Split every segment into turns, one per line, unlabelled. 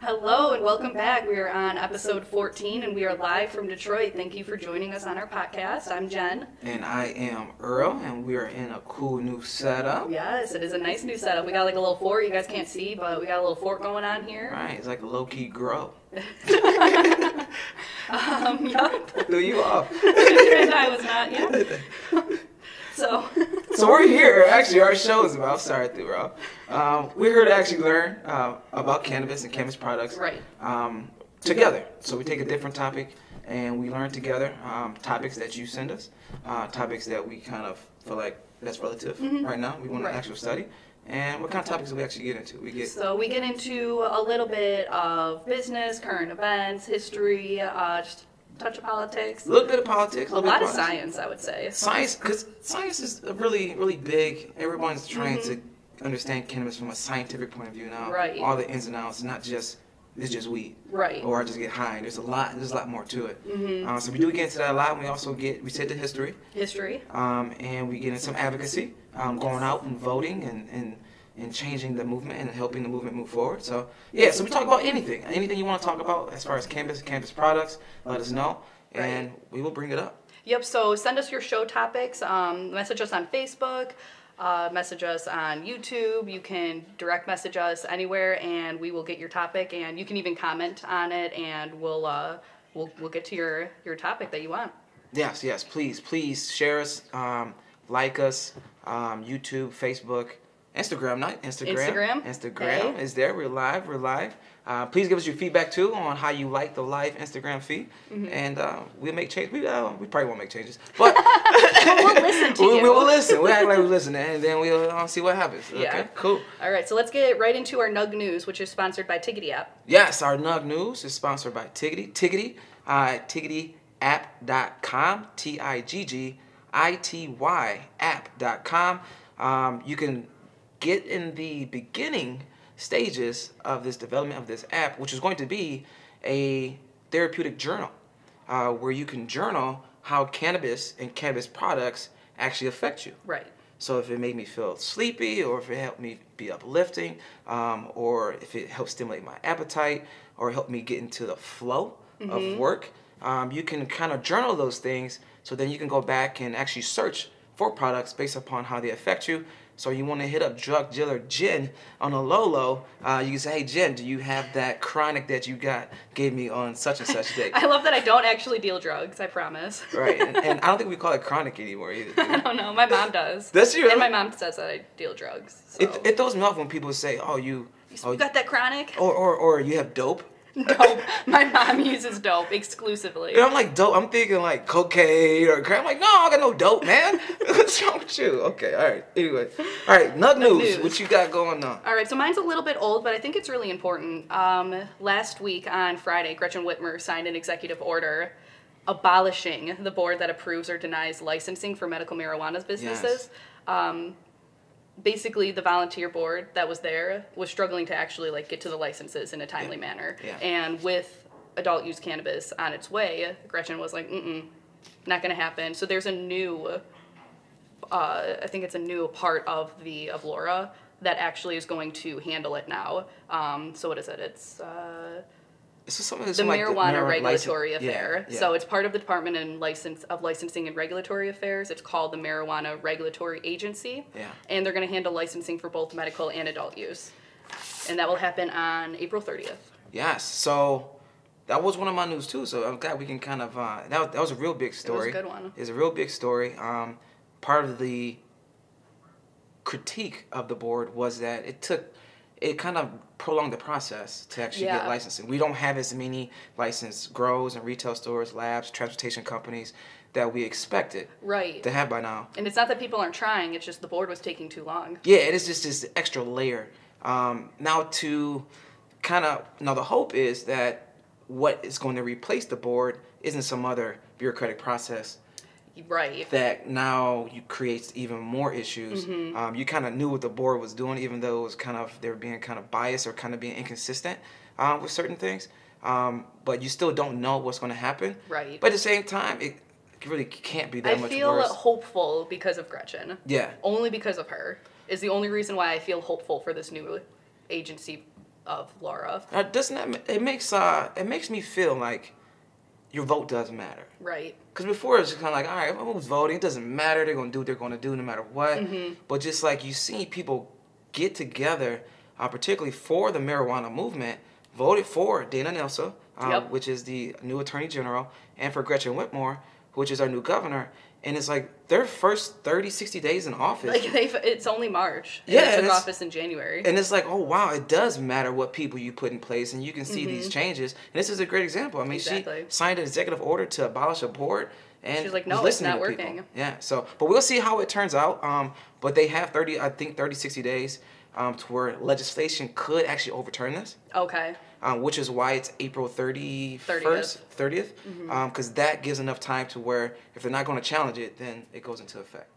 Hello and welcome back. We are on episode 14 and we are live from Detroit. Thank you for joining us on our podcast. I'm Jen.
And I am Earl, and we are in a cool new setup.
Yes, it is a nice new setup. We got like a little fort. You guys can't see, but we got a little fort going on here.
Right, it's like a low key grow.
Um, yup.
Threw you off.
and I was not, yeah. So,
so we're here. Actually, our show is about. Sorry, I threw her off. Um, we're here to actually learn uh, about cannabis and cannabis products.
right.
um, together. So we take a different topic and we learn together um, topics that you send us, uh, topics that we kind of feel like that's relative right now. We want
Mm-hmm. Right.
an actual study. And what kind of topics do we actually get into? We get
So, we get into a little bit of business, current events, history, uh, just touch of politics,
a little bit of politics,
a lot of
politics.
science, I would say.
Science, because science is a really, really big. Everyone's trying to understand cannabis from a scientific point of view now.
Right.
All the ins and outs, not just it's just weed.
Right. Mm-hmm.
Or I just get high. There's a lot. There's a lot more to it. Uh, so we do get into that a lot. And we also get we said the history.
History.
um, and we get in some advocacy, um, going out and voting and, and, and changing the movement and helping the movement move forward. So, yeah, so we talk about anything. Anything you want to talk about as far as campus, campus products, let us know, and we will bring it up.
Yep. So send us your show topics. Um, message us on Facebook. Uh, message us on YouTube. You can direct message us anywhere, and we will get your topic. And you can even comment on it, and we'll uh, we'll we'll get to your your topic that you want.
Yes, yes, please, please share us, um, like us, um, YouTube, Facebook, Instagram, not Instagram.
Instagram?
Instagram
Hey.
is there. We're live. We're live. Uh, please give us your feedback too on how you like the live Instagram feed,
Mm-hmm.
and uh, we'll make changes. We, uh, we probably won't make changes, but
We'll listen to
we, we
you.
will listen. We act like we listen, and then we'll uh, see what happens.
Yeah.
Okay, cool.
All right. So let's get right into our Nug News, which is sponsored by Tiggity App.
Yes, our Nug News is sponsored by Tiggity. Tiggity, uh, tiggityapp.com, T I G G I T Y app.com. Um, you can get in the beginning stages of this development of this app, which is going to be a therapeutic journal uh, where you can journal how cannabis and cannabis products actually affect you.
Right.
So if it made me feel sleepy, or if it helped me be uplifting, um, or if it helped stimulate my appetite, or helped me get into the flow of work, um, you can kind of journal those things. So then you can go back and actually search for products based upon how they affect you. So you want to hit up drug dealer Jen on a low low. Uh, you can say, hey Jen, do you have that chronic that you got gave me on such and such day?
I love that I don't actually deal drugs. I promise.
right, and, and I don't think we call it chronic anymore either. do we?
I don't know. My mom does.
That's you,
And
really?
my mom says that I deal drugs. So.
It, it throws me off when people say, oh you. Oh,
you got that chronic?
or or or you have dope.
dope. My mom uses dope exclusively.
And I'm like dope. I'm thinking like cocaine or crack. I'm like, no, I got no dope, man. What's wrong with you? Okay, all right. Anyway, all right. Nug news.
news.
What you got going on?
All right, so mine's a little bit old, but I think it's really important. Um, last week on Friday, Gretchen Whitmer signed an executive order abolishing the board that approves or denies licensing for medical marijuana's businesses. Um, basically, the volunteer board that was there was struggling to actually like get to the licenses in a timely manner.
Yeah.
And with adult use cannabis on its way, Gretchen was like, "Mm-mm, not going to happen." So there's a new uh, I think it's a new part of the of Laura that actually is going to handle it now. Um, so what is it? It's uh,
This is something that's
the
like
marijuana
marijuana
regulatory
license-
affair.
Yeah, yeah.
So it's part of the Department and license of Licensing and Regulatory Affairs. It's called the Marijuana Regulatory Agency.
Yeah.
And they're going to handle licensing for both medical and adult use, and that will happen on April thirtieth.
yes. So that was one of my news too. So I'm glad we can kind of uh, that was, that was a real big
was a
story.
good one.
It's a real big story. Um, part of the critique of the board was that it took it kind of prolonged the process to actually
Yeah.
get licensing. We don't have as many licensed grows and retail stores, labs, transportation companies that we expected
Right.
to have by now.
And it's not that people aren't trying; it's just the board was taking too long.
Yeah, it is just this extra layer. Um, now to kind of now the hope is that what is going to replace the board isn't some other bureaucratic process
Right.
that now you creates even more issues.
Mm-hmm.
Um, you kind of knew what the board was doing, even though it was kind of they were being kind of biased or kind of being inconsistent uh, with certain things. Um, but you still don't know what's going to happen.
Right.
But at the same time, it really can't be that
I
much
feel
worse.
hopeful because of Gretchen.
yeah.
only because of her is the only reason why I feel hopeful for this new agency of Laura.
Uh, doesn't that ma- it makes uh it makes me feel like your vote does matter.
Right.
Because before it was kind of like, all right, everyone's voting. It doesn't matter. They're going to do what they're going to do no matter what.
Mm-hmm.
But just like you see people get together, uh, particularly for the marijuana movement, voted for Dana Nelson, um,
Yep.
which is the new attorney general, and for Gretchen Whitmore, which is our new governor. And it's like their first 30, 60 days in office.
Like they've, it's only March. and
Yeah,
It
and
took
it's-
office in January.
and it's like, oh wow, it does matter what people you put in place, and you can see these changes. And this is a great example. I mean,
Mm-hmm. Exactly.
she signed an executive order to abolish a board, and
She's like,
was
no, it's
listening
not
to people.
working.
Yeah. So, but we'll see how it turns out. Um, but they have thirty, I think, 30, 60 days, um, to where legislation could actually overturn this.
okay.
Um, which is why it's April
30th.
31st, 30th, because
Mm-hmm.
that gives enough time to where if they're not going to challenge it, then it goes into effect.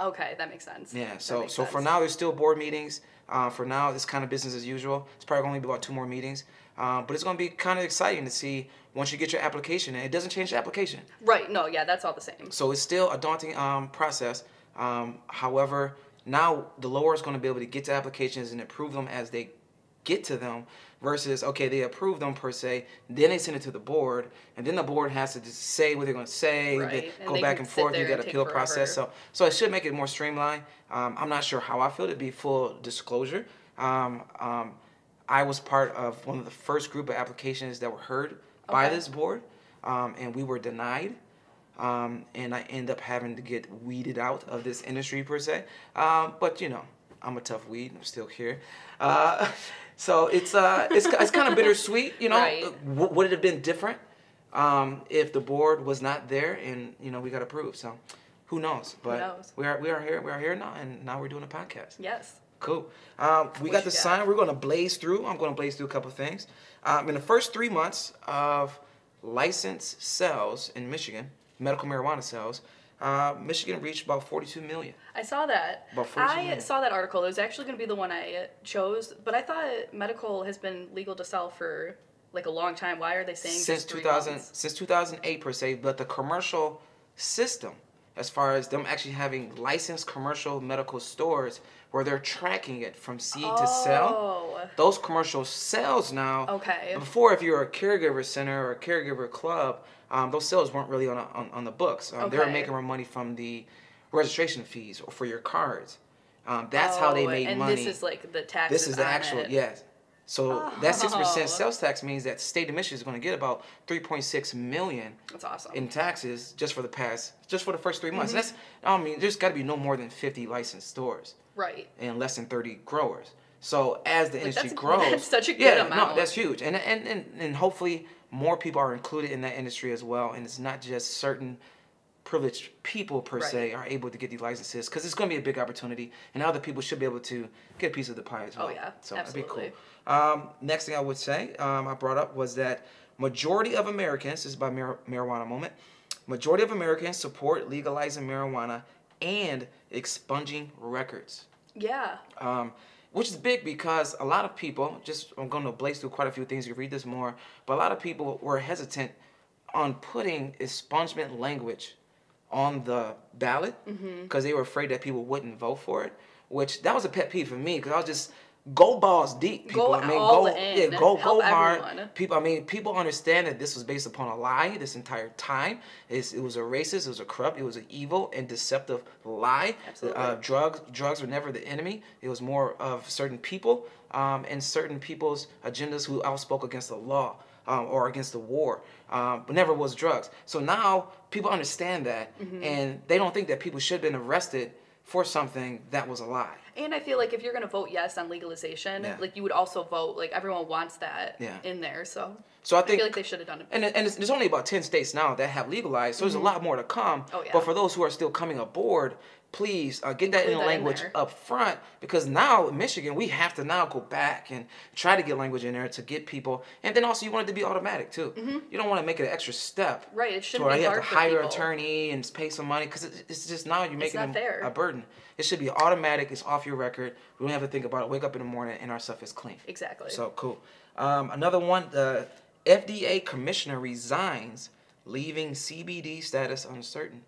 Okay, that makes sense.
Yeah.
That
So
makes
so for
sense.
now, there's still board meetings. Uh, for now, it's kind of business as usual. It's probably going to be about two more meetings, um, but it's going to be kind of exciting to see once you get your application. And it doesn't change the application,
Right. No. Yeah, that's all the same.
so it's still a daunting um, process. Um, however, now the lower is going to be able to get to applications and approve them as they get to them, versus okay, they approve them per se, then they send it to the board, and then the board has to just say what they're going to say,
Right,
then
and
go
they
back
can
and
sit
forth,
there
you got
and take
appeal process.
forever.
So so it should make it more streamlined. Um, I'm not sure how I feel to be full disclosure. Um, um, I was part of one of the first group of applications that were heard by
Okay.
this board, um, and we were denied. Um, and I end up having to get weeded out of this industry per se. Um, but you know, I'm a tough weed. I'm still here. Uh, so it's uh, it's it's kind of bittersweet. You know,
Right.
W- would it have been different um, if the board was not there and you know we got approved? So who knows? But
knows?
we are we are here. We are here now, and now we're doing a podcast.
Yes.
Cool. Um, we
What
got
you
the
got?
sign. We're going to blaze through. I'm going to blaze through a couple things. Um, in the first three months of licensed sales in Michigan, medical marijuana sales, uh, Michigan reached about 42 million.
I saw that.
About first
I
amendment.
saw that article. It was actually going to be the one I chose, but I thought medical has been legal to sell for like a long time. Why are they saying
since
just three
2000
months?
since 2008 per se but the commercial system as far as them actually having licensed commercial medical stores where they're tracking it from seed to
Oh.
sell those commercial sales now
Okay.
before if you were a caregiver center or a caregiver club um, those sales weren't really on, a, on, on the books um, they were
Okay.
making more money from the registration fees or for your cards um, that's how they
Oh,
made
and
money
this is like the tax.
this is the actual
it.
yes. So that six
Oh.
percent sales tax means that the state of Michigan is going to get about three point six million
That's awesome. Mm-hmm.
in taxes just for the past, just for the first three months. That's I mean, there's got to be no more than fifty licensed stores
right.
and less than thirty growers. So as the industry
that's-
grows,
that's such a good
yeah,
amount.
no, that's huge, and and and and hopefully more people are included in that industry as well, and it's not just certain privileged people per se are able to get these licenses because it's going to be a big opportunity, and other people should be able to get a piece of the pie as well.
Oh, yeah,
so
absolutely.
that'd be cool. Um, next thing I would say um, I brought up was that majority of Americans, this is by Mar- Marijuana Moment, majority of Americans support legalizing marijuana and expunging records
Yeah.
um, which is big because a lot of people just I'm going to blaze through quite a few things. You read this more, but a lot of people were hesitant on putting expungement language on the ballot because
Mm-hmm.
they were afraid that people wouldn't vote for it. Which that was a pet peeve for me because I was just go balls deep, people.
Go
I mean,
all
go
in.
yeah, go go
Help
hard.
everyone.
People, I mean, people understand that this was based upon a lie this entire time. It's, it was a racist, it was a corrupt, it was an evil and deceptive lie.
Absolutely.
Uh, drugs drugs were never the enemy. It was more of certain people um, and certain people's agendas who outspoke against the law um, or against the war, um, but never was drugs. So now people understand that,
Mm-hmm.
and they don't think that people should have been arrested for something that was a lie.
And I feel like if you're going to vote yes on legalization,
Yeah.
like you would also vote like everyone wants that
Yeah.
in there. So
So I
I
think
feel like they should have done it.
and, and it's, there's only about 10 states now that have legalized so there's a lot more to come
Mm-hmm. Oh, yeah.
but for those who are still coming aboard please uh, get that
Include
in the
that in
language
there.
up front because now in michigan we have to now go back and try to get language in there to get people and then also you want it to be automatic too you don't want to make it an extra step
Mm-hmm. Right, it
to
shouldn't
where
be
you
hard
have
for
to hire an
people.
attorney and pay some money because it's just now you're making
not
them
fair.
a burden it should be automatic it's off your record we don't have to think about it wake up in the morning and our stuff is clean
Exactly.
so cool. Um, another one, the FDA commissioner resigns, leaving CBD status uncertain.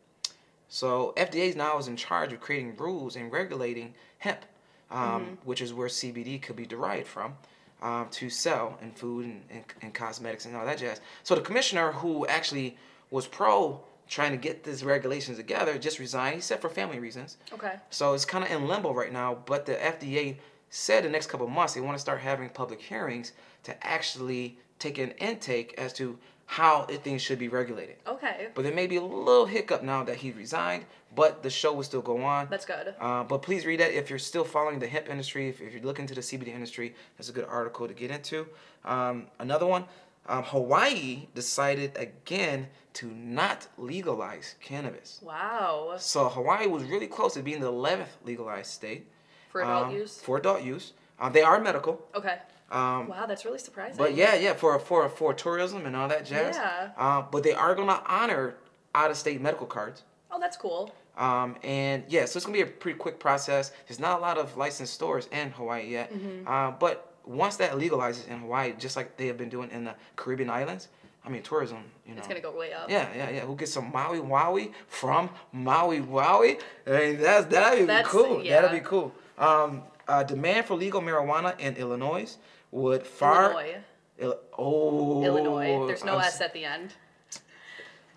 So FDA now is in charge of creating rules and regulating hemp, um, which is where CBD could be derived from. um, to sell in food and, and, and cosmetics and all that jazz. So the commissioner, who actually was pro trying to get these regulations together, just resigned. He said for family reasons.
Okay.
So it's kind of in limbo right now. But the FDA said the next couple of months they want to start having public hearings to actually take an intake as to how it- things should be regulated.
Okay.
But there may be a little hiccup now that he resigned, but the show will still go on.
That's good.
Uh, but please read that if you're still following the hemp industry, if, if you're looking to the CBD industry, that's a good article to get into. Um, another one um, Hawaii decided again to not legalize cannabis.
Wow.
So Hawaii was really close to being the 11th legalized state
For adult
um,
use.
For adult use. Um, they are medical.
Okay.
Um,
Wow, that's really surprising.
but yeah, yeah, for for for tourism and all that jazz.
Yeah.
Uh, but they are gonna honor out of state medical cards.
Oh, that's cool.
Um, and yeah, so it's gonna be a pretty quick process. There's not a lot of licensed stores in Hawaii yet.
Mm-hmm.
Uh, but once that legalizes in Hawaii, just like they have been doing in the Caribbean islands, I mean tourism, you know.
It's gonna go way up.
Yeah, yeah, yeah. We'll get some Maui Wowie from Maui Wowie. I mean, that's that'd be
That's-
cool.
yeah.
That'd be cool. Um, uh, demand for legal marijuana in Illinois would far.
Illinois.
Il- oh.
Illinois. There's no
I'm
S
s-
at the end.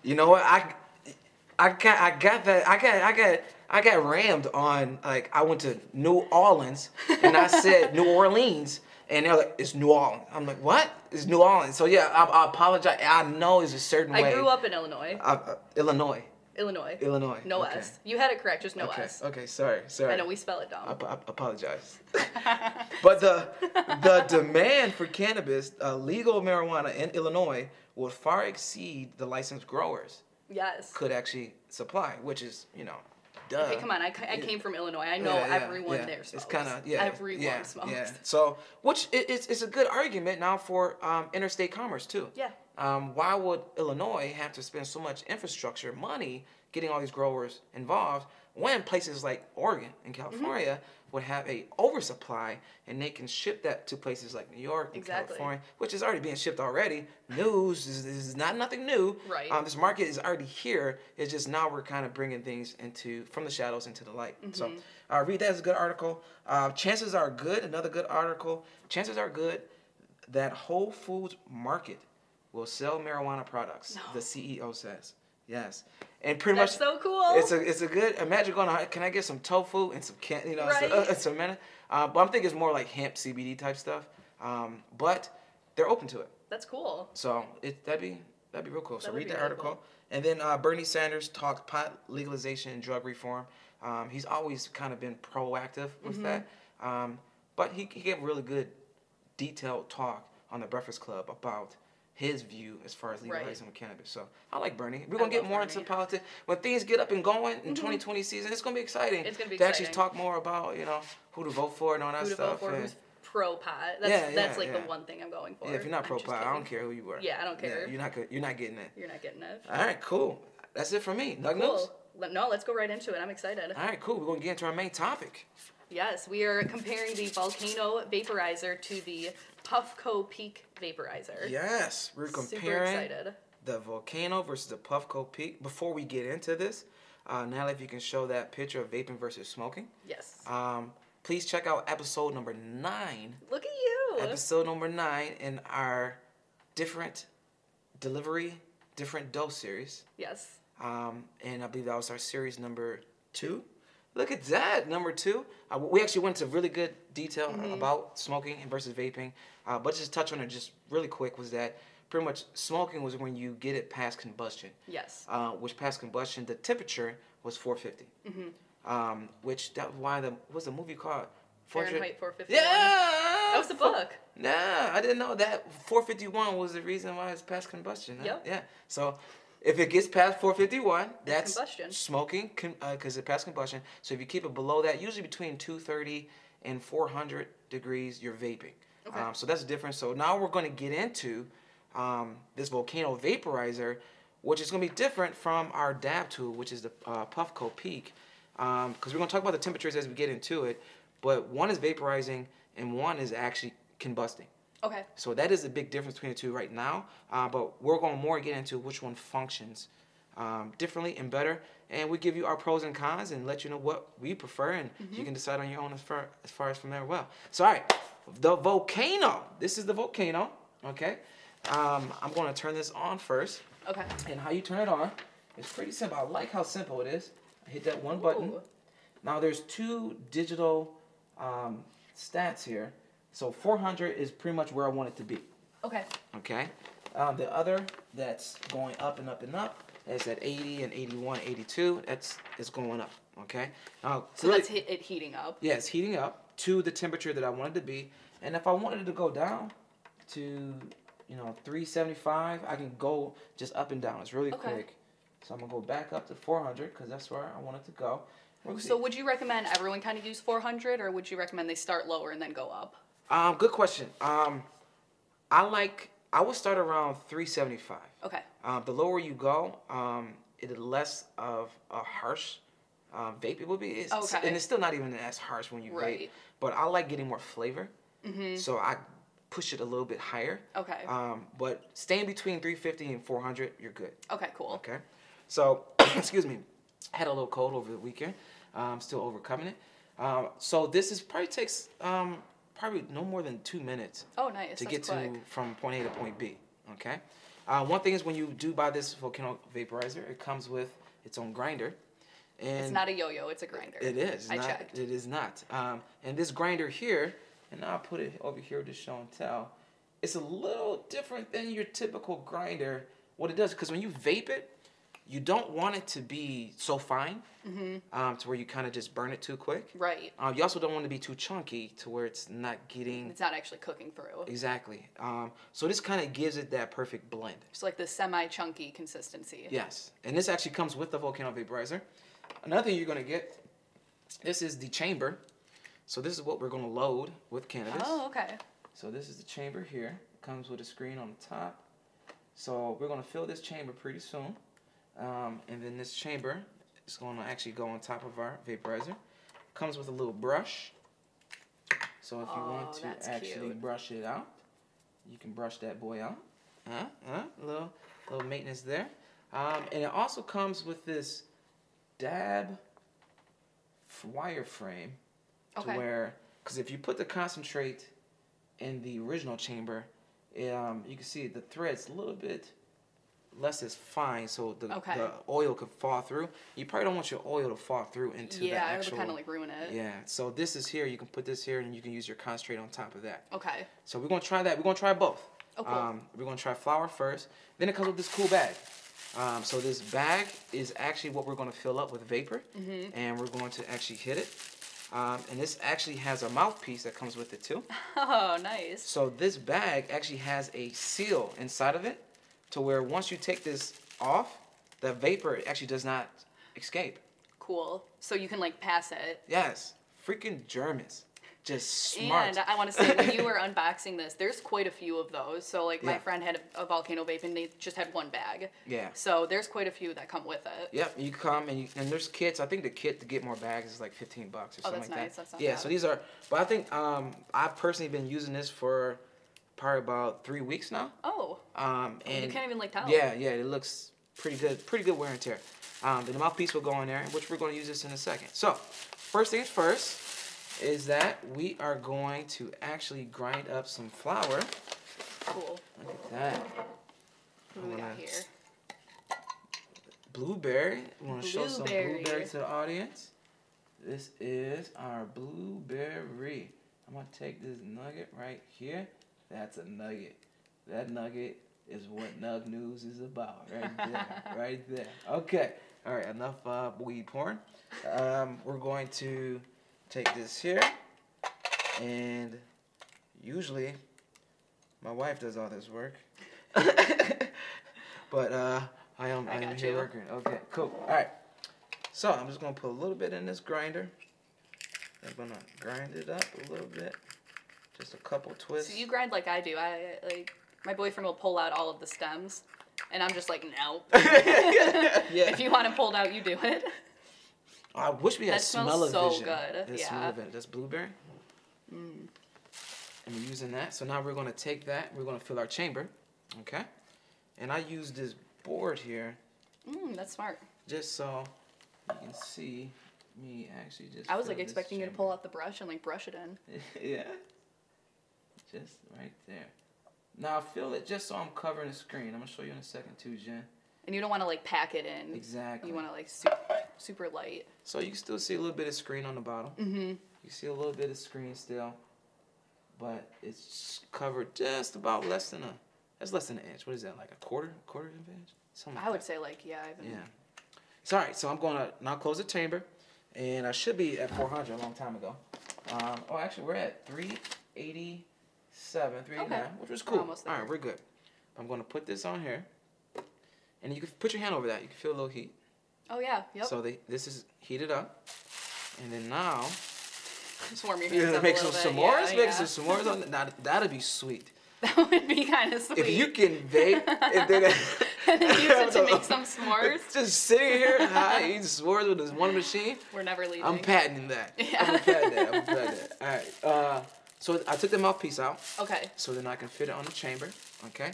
You know what? I, I got, I got that. I got, I got, I got rammed on. Like I went to New Orleans and I said New Orleans, and they're like, it's New Orleans. I'm like, what? It's New Orleans. So yeah, I, I apologize. I know it's a certain way.
I grew up in Illinois.
I- uh, Illinois.
Illinois.
Illinois.
No
Okay.
S. You had it correct, just no
Okay.
S.
Okay. Sorry. Sorry.
I know we spell it dumb.
I, I apologize. but the the demand for cannabis, uh, legal marijuana in Illinois, will far exceed the licensed growers
yes.
could actually supply, which is you know, duh.
Hey, come on. I, ca- I came from Illinois. I know
Yeah, yeah,
everyone
yeah.
there smokes.
It's kind of yeah.
Everyone
yeah,
smokes.
Yeah. So, which i- it's it's a good argument now for um, interstate commerce too.
Yeah.
Um, why would Illinois have to spend so much infrastructure money getting all these growers involved when places like Oregon and
Mm-hmm.
California would have a oversupply and they can ship that to places like New York and
Exactly.
California, which is already being shipped already. News is, is not nothing new.
Right.
Um, this market is already here. It's just now we're kind of bringing things into from the shadows into the light. So
Mm-hmm.
uh, read that as a good article. Uh, chances are good. Another good article. Chances are good that Whole Foods Market will sell marijuana products. The CEO says yes, and pretty
That's
much
so cool.
It's a it's a good. Imagine going. "All right, Can I get some tofu and some can you know some,
Right.
uh, some mana? Uh, but I'm thinking it's more like hemp CBD type stuff. Um, but they're open to it.
That's cool.
So it that'd be that'd be real cool. so
would
read
be
the
really
article,
cool.
and then uh, Bernie Sanders talked pot legalization and drug reform. Um, he's always kind of been proactive with
Mm-hmm.
that, um, but he, he gave a really good detailed talk on the Breakfast Club about his view as far as legalizing with cannabis. So I like Bernie. We're gonna get
love
more
Bernie. Mm-hmm.
into politics when things get up and going in 2020 season. It's gonna be exciting.
It's gonna be
to actually
exciting.
talk more about you know who to vote for and all that
Who to
stuff.
vote for?
and-
Who's pro pot? That's
Yeah,
that's
yeah,
like
yeah.
the one thing I'm going for.
yeah, if you're not
I'm
pro
just
pot, I
kidding.
don't care Uh, who you are.
Yeah, I don't care.
you're not go- you're not getting it.
You're not getting it.
All right, cool. That's it for me. Nug
Cool.
Notes?
Let- No, let's go right into it. I'm excited.
All right, cool. We're going to get into our main topic.
Yes, we are comparing the Volcano Vaporizer to the Puffco Peak Vaporizer.
Yes, we're
Super
comparing
excited.
the volcano versus the Puffco Peak. Before we get into this, uh, Natalie, if you can show that picture of vaping versus smoking,
Yes.
um, please check out episode number nine.
Look at you.
Episode number nine in our different delivery, different dose series.
Yes.
um, and I believe that was our series number two. Look at that, number two. Uh, we actually went into really good detail
Mm-hmm.
about smoking and versus vaping, uh, but just touch on it just really quick was that pretty much smoking was when you get it past combustion,
Yes.
uh, which past combustion the temperature was 450,
Mm-hmm.
um, which that was why the what's the movie called
Fahrenheit 451.
Yeah,
That was the book.
Nah, I didn't know that. 451 was the reason why it's past combustion. huh?
Yep.
Yeah. So if it gets past 451, that's
combustion.
smoking because it passed combustion. So if you keep it below that, usually between 230 and 400 degrees, you're vaping.
Okay.
Um, so that's the difference. So now we're going to get into um, this volcano vaporizer, which is going to be different from our dab tool, which is the uh, Puffco Peak, because we're going to talk about the temperatures as we get into it. But one is vaporizing and one is actually combusting.
Okay.
So that is a big difference between the two right now. Uh, but we're going to more get into which one functions um, differently and better. And we give you our pros and cons and let you know what we prefer, and you can decide on your own as far as far as from there. Well, so all right, the volcano. This is the volcano. Okay, um, I'm going to turn this on first,
Okay.
and how you turn it on is pretty simple. I like how simple it is. I hit that one button.
Ooh.
Now there's two digital um, stats here. So 400 is pretty much where I want it to be.
Okay.
Okay. Um, the other that's going up and up and up is at 80 and 81, 82. That's it's going up. Okay. Now,
So
really-
that's he- it heating up.
yeah, it's heating up to the temperature that I wanted to be. And if I wanted it to go down to, you know, 375, I can go just up and down. It's really
Okay.
quick. So I'm gonna go back up to 400 because that's where I want it to go. We'll see.
So would you recommend everyone kind of use 400, or would you recommend they start lower and then go up?
Um, good question. Um, I like. I would start around 375.
Okay.
Um, the lower you go, um, it the less of a harsh um, vape it will be. It's,
Okay.
And it's still not even as harsh when you vape.
Right. Mm-hmm.
But I like getting more flavor. So I push it a little bit higher.
Okay.
Um, but staying between 350 and 400, you're good.
Okay. Cool.
Okay. So, excuse me, had a little cold over the weekend. Um, still overcoming it. Um, so this is probably takes um, probably no more than two minutes.
Oh, nice.
To
That's
get to
quick.
from point A to point B. Okay. Uh, one thing is when you do buy this volcano vaporizer, it comes with its own grinder. And
It's not a yo-yo. It's a grinder.
it is.
I
not,
checked.
It is not. Um, and this grinder here, and I'll put it over here to show and tell. It's a little different than your typical grinder. What it does, because when you vape it, you don't want it to be so fine
Mm-hmm.
um, to where you kind of just burn it too quick.
Right.
Um, you also don't want it to be too chunky to where it's not getting
It's not actually cooking through.
exactly. Um, so this kind of gives it that perfect blend.
It's like the semi-chunky consistency.
Yes, and this actually comes with the volcano vaporizer. Another thing you're gonna get, this is the chamber. So this is what we're gonna load with cannabis.
Oh, okay.
So this is the chamber here. Comes with a screen on the top. So we're gonna fill this chamber pretty soon, um, and then this chamber is gonna actually go on top of our vaporizer. Comes with a little brush. So if you want
Oh,
to
that's
actually
cute.
brush it out, you can brush that boy out. Huh? Huh? Little little maintenance there. Um, and it also comes with this dab f- wire frame to
Okay.
where, because if you put the concentrate in the original chamber, it, um, you can see the thread's a little bit less is fine, so the,
Okay.
the oil could fall through. You probably don't want your oil to fall through into
Yeah,
the
it
actual.
would kind of like ruin it.
yeah, so this is here. You can put this here, and you can use your concentrate on top of that.
Okay.
So we're gonna try that. We're gonna try both.
Oh, cool.
Um, we're gonna try flour first. Then it comes with this cool bag. Um, so this bag is actually what we're gonna fill up with vapor, and we're going to actually hit it. Um, and this actually has a mouthpiece that comes with it too.
Oh, nice.
So this bag actually has a seal inside of it, to where once you take this off, the vapor actually does not escape.
Cool. So you can like pass it.
Yes, freaking Germans, just smart.
And I want to say, when you were unboxing this, there's quite a few of those. So, like, my
Yeah.
friend had a, a volcano vape and they just had one bag.
Yeah.
So, there's quite a few that come with it.
Yep, you come and you, and there's kits. I think the kit to get more bags is like fifteen bucks or
Oh, that's
something like
nice.
that.
That's not
yeah,
bad.
so these are, but I think um, I've personally been using this for probably about three weeks now.
Oh,
Um, and
can't even, like, tell.
Yeah, yeah, it looks pretty good, pretty good wear and tear. Um, the mouthpiece will go in there, which we're going to use this in a second. So, first things first is that we are going to actually grind up some flour.
cool.
Look at that,
What do we got here?
blueberry. We want to show some
Blueberry.
blueberry to the audience. This is our blueberry. I'm gonna take this nugget right here. That's a nugget. That nugget is what Nug News is about. Right there. right there. Okay. All right. Enough uh, weed porn. Um, we're going to take this here, and usually my wife does all this work, but uh, I am
I
I, am
got
here
you.
working. Okay. Cool. All right. So I'm just gonna put a little bit in this grinder. I'm gonna grind it up a little bit. Just a couple twists.
So, you grind like I do. I, like, my boyfriend will pull out all of the stems, and I'm just like, no.
yeah.
If you want it pulled out, you do it.
I wish we had
That smells
smell of
so
vision.
good,
That
yeah. Mm.
smell of it. That's blueberry. And we're using that. So now we're gonna take that. We're gonna fill our chamber. Okay. And I use this board here
Mm, that's smart.
Just so you can see me actually just.
I was
fill
like
this
expecting you to
chamber.
pull out the brush and like brush it in.
yeah. Just right there. Now I feel it just so I'm covering the screen. I'm gonna show you in a second too, Jen.
And you don't want to like pack it in.
Exactly.
Mm. You want to like super, super light.
So you can still see a little bit of screen on the bottom.
Mm-hmm.
You see a little bit of screen still, but it's covered just about less than a. That's less than an inch. What is that? Like a quarter, quarter of an inch? Something. Like
I would say like yeah. I've
That. Yeah. So all right. So I'm gonna now close the chamber, and I should be at 400 a long time ago. Um, oh, actually, we're at 387, 389,
Okay.
which was
We're
cool.
almost
All
there.
right, we're good. I'm gonna put this on here, and you can put your hand over that. You can feel a little heat.
Oh yeah. Yep.
So they, this is heated up, and then now
Just warm your hands
you're gonna
up
make
a
some
little bit.
s'mores.
Yeah,
make
yeah.
some s'mores on that. That'd be sweet.
That would be kind of sweet.
If you can vape and then
and then use it to make some s'mores,
just sitting here high eating s'mores with this one machine,
we're never leaving.
I'm patenting that. I'm
Yeah.
gonna patent that. I'm gonna patent that. All right. Uh, so I took the mouthpiece out,
okay.
so then I can fit it on the chamber. Okay.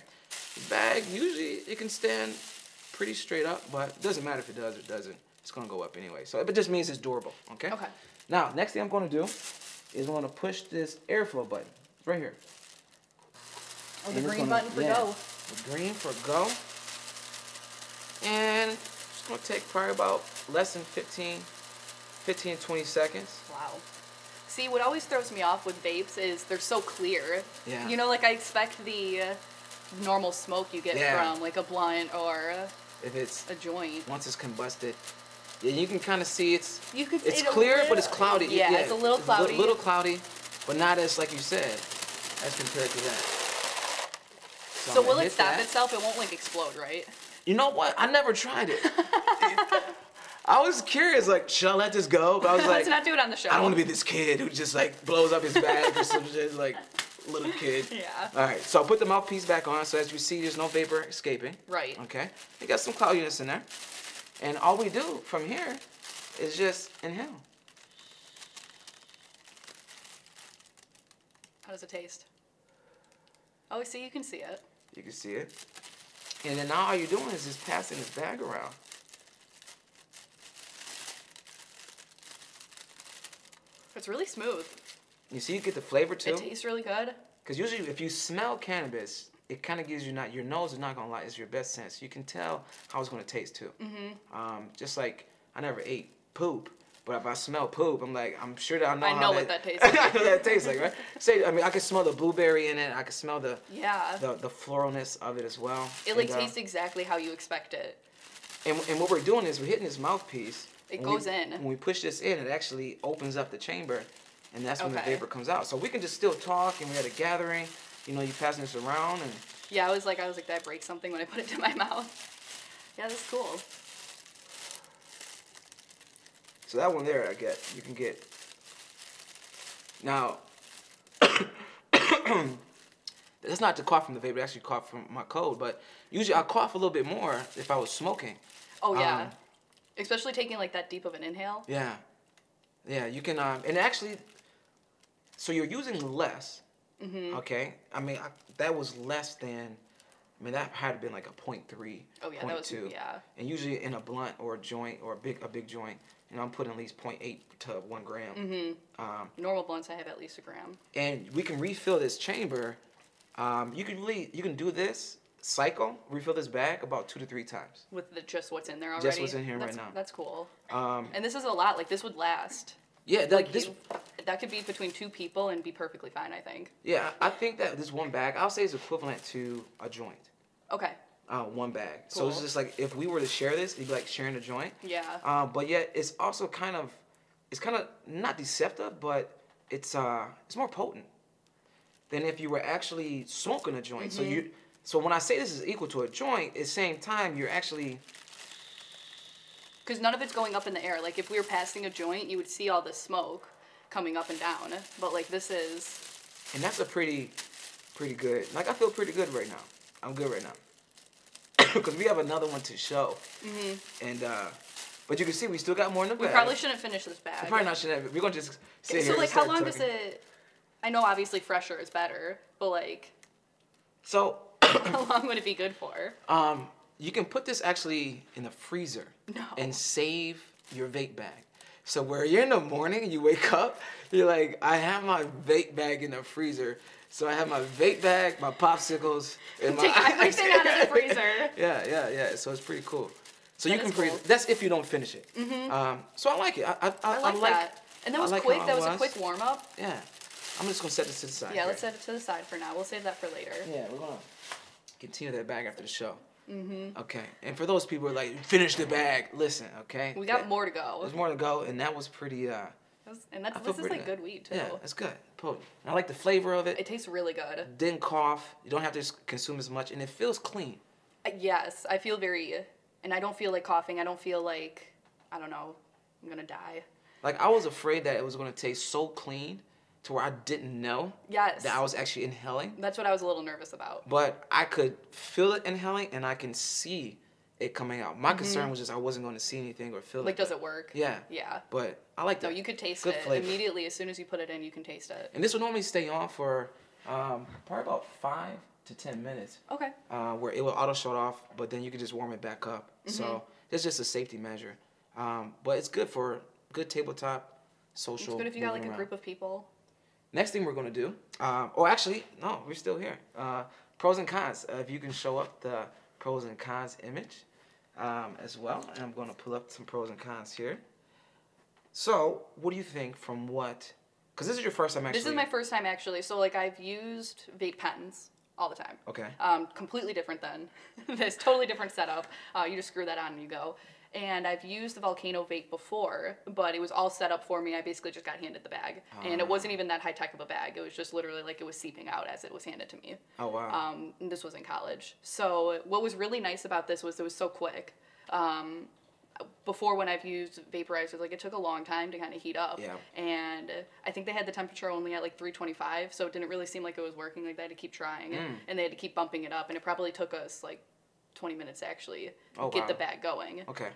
The bag usually it can stand pretty straight up, but it doesn't matter if it does or doesn't. It's gonna go up anyway. So it just means it's durable. Okay.
Okay. Oh,
Now next thing I'm gonna do is I'm gonna push this airflow button right here.
Oh, the
And it's
green
gonna-
button for
yeah,
go.
The green for go. And it's gonna take probably about less than 15, 15, 20 seconds.
Wow. See, what always throws me off with vapes is they're so clear.
Yeah.
You know, like I expect the uh, normal smoke you get
Yeah.
from like a blunt or
If it's
a joint.
once it's combusted, yeah, you can kind of see it's
You could.
it's
it a
clear, but it's
little-
cloudy.
Yeah, it's a little
li-
cloudy.
little cloudy, but not as like you said, as compared to that. I'm
so
gonna
will it
hit
stop
that.
itself? It won't like explode, right?
You know what? I never tried it. I was curious, like, should I let this go? But I was like,
Let's not do it on the show.
I don't want to be this kid who just like blows up his bag or some shit, like little kid.
Yeah.
All right, so I put the mouthpiece back on. So as you see, there's no vapor escaping.
Right.
Okay. We got some cloudiness in there, and all we do from here is just inhale.
How does it taste? Oh, see, you can see it.
You can see it. And then now all you're doing is just passing this bag around.
It's really smooth.
You see, you get the flavor
It
too.
tastes really good.
Because usually, if you smell cannabis, it kind of gives you not your nose is not gonna lie, it's your best sense. You can tell how it's gonna taste too. Mm-hmm. Um, just like I never ate poop, but if I smell poop, I'm like I'm sure that I know.
I
how
know what that tastes like.
I know that tastes like, right? Say, I mean, I can smell the blueberry in it. I can smell the
Yeah.
the, the floralness of it as well.
it like
And, uh,
tastes exactly how you expect it.
And, and what we're doing is we're hitting this mouthpiece.
It
When we-
goes in.
When we push this in, it actually opens up the chamber, and that's when the
Okay.
vapor comes out. So we can just still talk, and we're at a gathering. You know, you passing this around, and
Yeah, I was like, I was like, did I break something when I put it to my mouth? Yeah, that's cool.
so that one there, I get you can get. Now, that's not to cough from the vapor. I actually cough from my cold, but usually I cough a little bit more if I was smoking.
Oh yeah,
Um,
especially taking like that deep of an inhale.
Yeah, yeah. You can, um, and actually, so you're using less.
Mm-hmm.
Okay. I mean, I, that was less than. I mean, that had been like a point three.
Oh, yeah, that was-
0.2.
yeah.
And usually in a blunt or a joint or a big a big joint, you know, I'm putting at least 0.8 to one gram.
Mm-hmm.
Um,
Normal blunts, I have at least a gram.
and we can refill this chamber. Um, you can really you can do this cycle, refill this bag about two to three times.
with the just what's in there already.
Just what's in here right
That's-
now.
That's cool.
Um,
And this is a lot. Like this would last.
yeah, that,
Like
this
you- that could be between two people and be perfectly fine. I think.
yeah, I think that this one bag I'll say is equivalent to a joint.
Okay.
uh, one bag. So it's
Cool.
just like if we were to share this, it'd be like sharing a joint.
Yeah.
Uh, but yet it's also kind of, it's kind of not deceptive, but it's uh, it's more potent than if you were actually smoking a joint. So you, so when I say this is equal to a joint, at the same time you're actually
Because none of it's going up in the air. Like if we were passing a joint, you would see all the smoke coming up and down. But like this is.
And that's a pretty, pretty good. Like I feel pretty good right now. I'm good right now. Cause we have another one to show. Mm-hmm. And uh, but you can see we still got more in the bag.
We probably shouldn't finish this bag.
We probably not should have. We're gonna just sit here.
so
and
like, how
start
long does
talking.
it? I know obviously fresher is better, but like,
So
how long would it be good for?
um, You can put this actually in the freezer
No.
and save your vape bag. So where you're in the morning and you wake up, you're like, I have my vape bag in the freezer. So I have my vape bag, my popsicles, and my
Take everything out of the freezer.
yeah, yeah, yeah. So it's pretty cool. So
That
you can
is
freeze.
cool. Mm-hmm.
That's if you don't finish it. Um, so I like it. I, I, I,
I like, that. And that
I
was
like
quick.
how it
That was, a
was.
quick warm up.
Yeah. I'm just gonna set this to the side.
Yeah,
here.
let's set it to the side for now. We'll save that for later.
Yeah, we're gonna continue that bag after the show. Mm-hmm. Okay. And for those people who are like, finish the bag. Listen, okay.
We got
Yeah.
more to go.
There's more to go, and that was pretty. Uh,
That's- And
I
that's,
feel
Oh, this is
pretty
like good weed too.
Yeah, it's good. Potent. And I like the flavor of it.
It tastes really good.
Didn't cough. You don't have to s- consume as much, and it feels clean.
Uh, Yes, I feel very, and I don't feel like coughing. I don't feel like, I don't know, I'm gonna die.
Like I was afraid that it was gonna taste so clean to where I didn't know
Yes.
that I was actually inhaling.
That's what I was a little nervous about.
But I could feel it inhaling and I can see it coming out. My concern was just I wasn't gonna see anything or feel
Mm-hmm. Like,
it.
does it work?
Yeah.
Yeah.
But I like
No,
that.
you could taste
Good
it
flavor.
immediately as soon as you put it in. You can taste it.
And this would normally stay on for um, probably about five to ten minutes.
Okay.
uh, where it will auto shut off, but then you can just warm it back up. So
Mm-hmm.
it's just a safety measure. Um, but it's good for good tabletop social.
It's good if you got like
moving
a
around.
group of people.
Next thing we're gonna do, um, oh actually no, we're still here. Uh, pros and cons. Uh, if you can show up the pros and cons image um, as well, and I'm gonna pull up some pros and cons here. So what do you think from what? Because this is your first time actually.
This is my first time actually. So like I've used vape pens all the time.
Okay.
Um, completely different than this. Totally different setup. Uh, you just screw that on and you go. And I've used the volcano vape before, but it was all set up for me. I basically just got handed the bag, and it wasn't even that high tech of a bag. It was just literally like it was seeping out as it was handed to me.
Oh wow.
Um, and this was in college. So what was really nice about this was it was so quick. Um, before when I've used vaporizers, like it took a long time to kind of heat up.
Yeah.
And I think they had the temperature only at like 325, so it didn't really seem like it was working. Like they had to keep trying it,
Mm.
and they had to keep bumping it up, and it probably took us like 20 minutes to actually
Oh,
get the
wow.
bag going.
okay.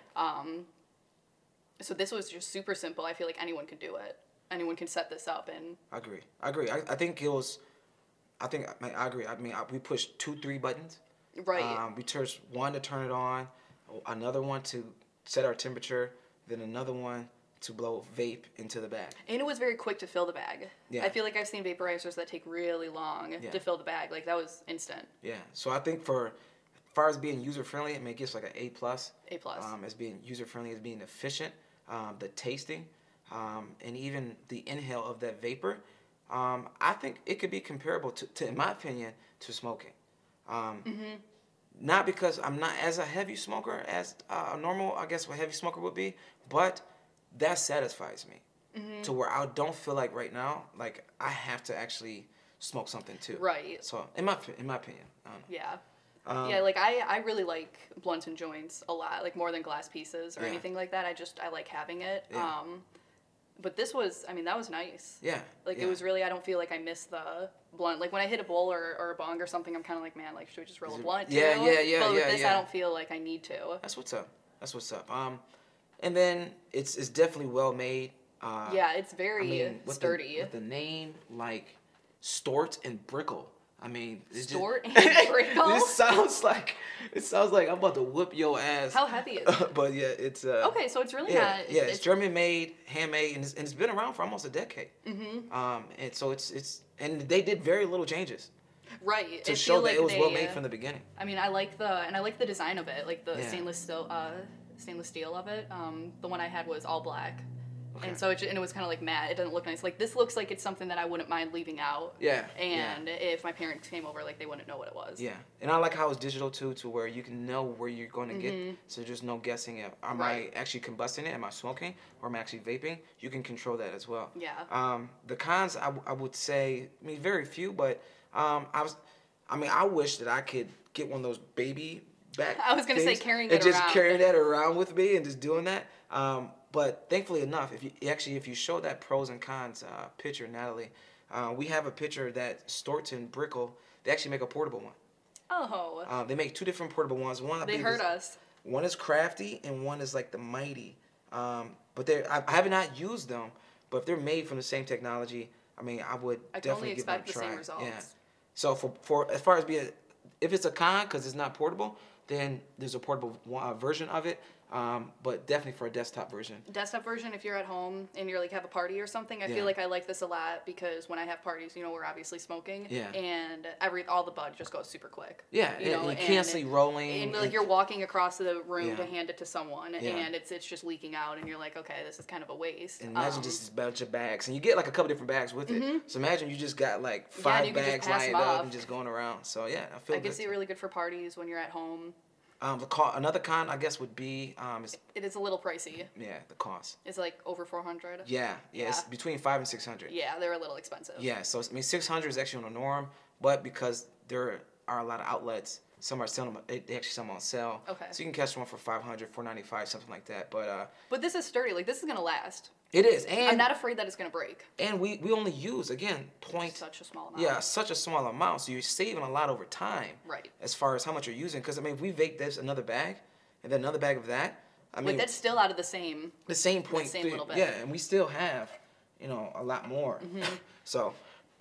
So this was just super simple. I feel like anyone can do it. Anyone can set this up and
I agree. I agree. I, I think it was. I think I, mean, I agree. I mean, I, we pushed two, three buttons.
right.
Um, we touched one to turn it on, another one to set our temperature, then another one to blow vape into the bag.
And it was very quick to fill the bag.
Yeah.
I feel like I've seen vaporizers that take really long
Yeah.
to fill the bag. Like that was instant.
Yeah. So I think for as far as being user friendly, I mean, it gives like an A plus.
A plus.
Um, as being user friendly, as being efficient, um, the tasting, um, and even the inhale of that vapor. Um, I think it could be comparable to, to in my opinion, to smoking. Um,
Mm-hmm.
Not because I'm not as a heavy smoker as uh, a normal, I guess, what heavy smoker would be, but that satisfies me
Mm-hmm.
to where I don't feel like right now, like I have to actually smoke something too.
Right.
So in my in my opinion, I don't know.
Yeah.
um,
yeah, like I, I really like blunts and joints a lot, like more than glass pieces or
Yeah.
anything like that. I just I like having it.
Yeah.
Um but this was I mean, that was nice.
yeah.
Like
Um, yeah.
it was really I don't feel like I missed the blunt. Like when I hit a bowl or, or a bong or something, I'm kinda like, man, like should we just roll
Is
a
it-
blunt?
Yeah,
too?"
yeah, yeah,
But with
yeah,
this
yeah. Uh,
I don't feel like I need to.
That's what's up. That's what's up. Um, and then it's it's definitely well made. Uh,
yeah, it's
I
very
mean, with
sturdy.
The, with the name like Stort and Brickle. I mean, it's
Stort and
just,
Brickle?
this sounds like it sounds like I'm about to whoop your ass.
How heavy is it?
but yeah, it's uh,
Okay, so it's really
yeah,
not
yeah, it's, German made, handmade, and it's, and it's been around for almost a decade. Mm-hmm. Um, and so it's it's and they did very little changes
right.
to
I
show
feel
that
like
it was
they, uh,
well made from the beginning.
I mean, I like the and I like the design of it, like the
Yeah.
stainless steel, uh, stainless steel of it. Um, the one I had was all black,
Okay.
and so it, ju- and it was kind of like matte. It doesn't look nice. Like this looks like it's something that I wouldn't mind leaving out.
Yeah, yeah.
And if my parents came over, like they wouldn't know what it was.
Yeah, and I like how it's digital too, to where you can know where you're going to get, so there's no guessing if am
Mm-hmm. Right.
I actually combusting it, am I smoking, or am I actually vaping. You can control that as well.
Yeah.
Um, the cons I, w- I would say, I mean, very few, but um, I was, I mean, I wish that I could get one of those baby back.
I was gonna say
things
carrying
and
it
just
around.
carrying that around with me and just doing that. Um, but thankfully enough, if you actually if you show that pros and cons uh, picture, Natalie, uh, we have a picture that Storton Brickle they actually make a portable one.
Oh,
Um, they make two different portable ones. One I
they
believe
heard
is-
us.
One is crafty and one is like the mighty. Um, but they I, I have not used them. But if they're made from the same technology, I mean, I would
I can
definitely
only
give them a
expect the same
try. Yeah.
results.
So for for as far as being, if it's a con because it's not portable, then there's a portable uh, version of it. Um, but definitely for a desktop version.
desktop version if you're at home and you're like have a party or something i
Yeah.
feel like i like this a lot because when i have parties you know we're obviously smoking
Yeah.
and every all the bud just goes super quick
Yeah, and you can't see rolling
and
and-
like you're walking across the room to
Yeah.
hand it to someone
Yeah.
and it's it's just leaking out and you're like okay this is kind of a waste Um,
And imagine just this bunch of bags, and you get like a couple different bags with it. So imagine you just got like
Mm-hmm.
five
you can just
bags
pass
lined
them
up
off.
and just going around. So yeah, I feel
i can
good.
see really good for parties when you're at home
um, the co- another con I guess would be um, is,
it is a little pricey
yeah, the cost.
it's like over 400
Yeah, yeah, it's
Yeah.
between five and six hundred.
yeah they're a little expensive
Yeah, so I mean, 600 is actually on the norm, but because there are a lot of outlets, some are selling them. They they actually sell them on sale.
Okay.
So you can catch one for 500, 495, something like that. But uh,
but this is sturdy like this is gonna last
it is, and
i'm not afraid that it's gonna break
and we we only use again point.
such a small amount
Yeah, such a small amount, so you're saving a lot over time.
Right.
As far as how much you're using, because I mean, if we vape this another bag, and then another bag of that, I mean,
like that's still out of the same
the same point.
same
three-
little bit.
Yeah, and we still have, you know, a lot more.
Mm-hmm.
so,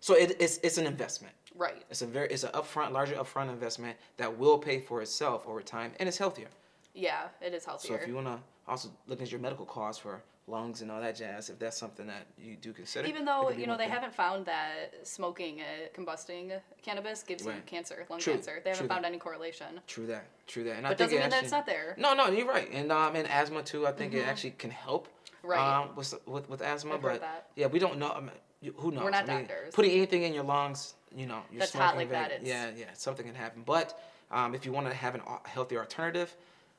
so it, it's it's an investment.
right
It's a very it's an upfront, larger upfront investment that will pay for itself over time, and it's healthier.
Yeah, it is
So
healthier.
if you wanna also look at your medical costs for lungs and all that jazz, if that's something that you do consider,
Even
it
though
could be
you know
one
they
thing.
haven't found that smoking, uh, combusting cannabis gives you
Right.
cancer, lung
True.
cancer. They haven't
True
found
that.
any correlation.
True that. True that. And I
But
think
doesn't
it
mean that it's
actually-
not there.
No, no, you're right. And um, and asthma too. I think it actually can help.
Mm-hmm. Right.
Um, with with, with asthma,
I've
but
heard that.
yeah, we don't know. I mean, you- who knows?
We're not
I mean,
doctors.
Putting anything in your lungs, you know, you're
That's
smoking.
hot like that,
vape-
it's-
Yeah, yeah, something can happen. But um, if you want to have an al- healthy alternative,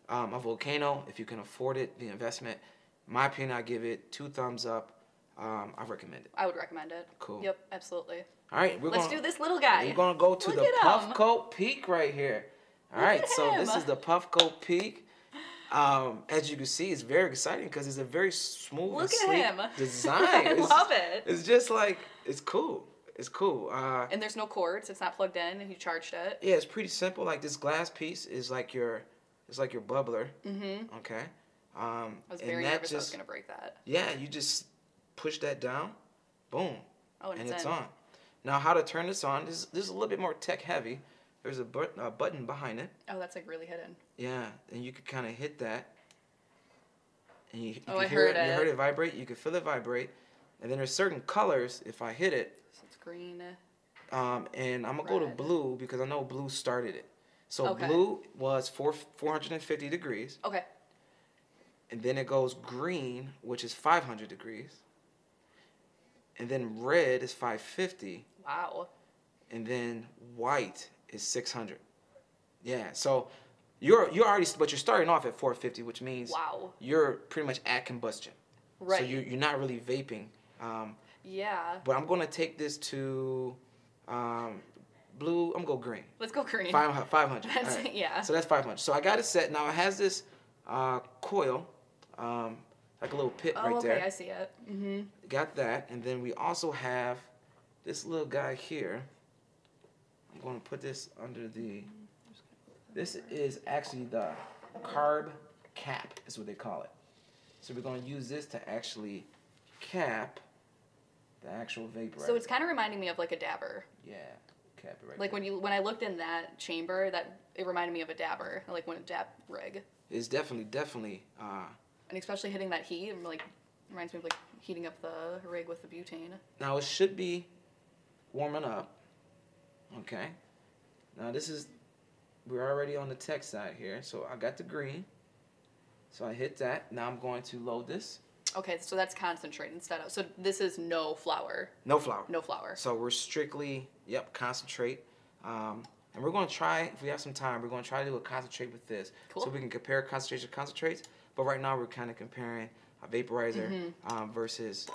um, a volcano, if you can afford it, the investment. My opinion, I give it two thumbs up. Um, I recommend it.
I would recommend it.
Cool.
Yep, absolutely.
All right, we're
Let's
gonna,
do this little guy.
We're gonna go to
Look
the
at him.
Puffco Peak right here. All
Look
right,
at
so this
him.
is the Puffco Peak. Um, as you can see, it's very exciting because it's a very smooth
Look
and
at him.
sleek design.
I
It's-
love it.
It's just like it's cool. It's cool. Uh,
And there's no cords. It's not plugged in. And you charged it.
yeah, it's pretty simple. Like this glass piece is like your, it's like your bubbler. Mm-hmm. Okay. Um,
I was
and
very
that
nervous I was
just-
gonna break that.
yeah, you just push that down, boom,
Oh, and
and
it's
it's
in.
on. Now, how to turn this on? This, this is a little bit more tech heavy. There's a, but, a button behind it.
Oh, that's like really hidden.
Yeah, and you could kind of hit that, and you, you
Oh,
could
I
hear
heard
You heard
it.
it vibrate. You could feel it vibrate, and then there's certain colors. If I hit it,
So it's green.
um, and I'm gonna go to
Red.
blue because I know blue started it. So
Okay.
blue was four 450 degrees,
Okay.
and then it goes green, which is 500 degrees, and then red is 550,
Wow.
and then white is 600. Yeah, so you're you're already but you're starting off at 450, which means
Wow.
you're pretty much at combustion. So
Right.
you you're not really vaping. Um,
Yeah.
but I'm gonna take this to um, blue. I'm gonna go green.
Let's go green.
Five hundred. Five hundred.
That's- yeah.
So that's five hundred. So I got it set. Now it has this uh, coil, um, like a little pit
Oh,
right
okay.
there.
I see it. hmm
Got that, and then we also have this little guy here. I'm going to put this under the. This is actually the carb cap, is what they call it. So we're going to use this to actually cap the actual vaporizer.
So it's kind of reminding me of like a dabber.
yeah, cap it right.
Like
there.
when you when I looked in that chamber, that it reminded me of a dabber, like when a dab rig,
it's definitely definitely. Uh,
and especially hitting that heat, and like reminds me of like heating up the rig with the butane.
Now it should be warming up. Okay. Now this is we're already on the tech side here. So I got the green. So I hit that. Now I'm going to load this.
Okay, so that's concentrate instead of. So this is no flour,
No flour.
no flour.
So we're strictly, yep, concentrate. Um, and we're going to try, if we have some time, we're going to try to do a concentrate with this. So
Cool.
we can compare concentration concentrates. But right now we're kind of comparing a vaporizer um, versus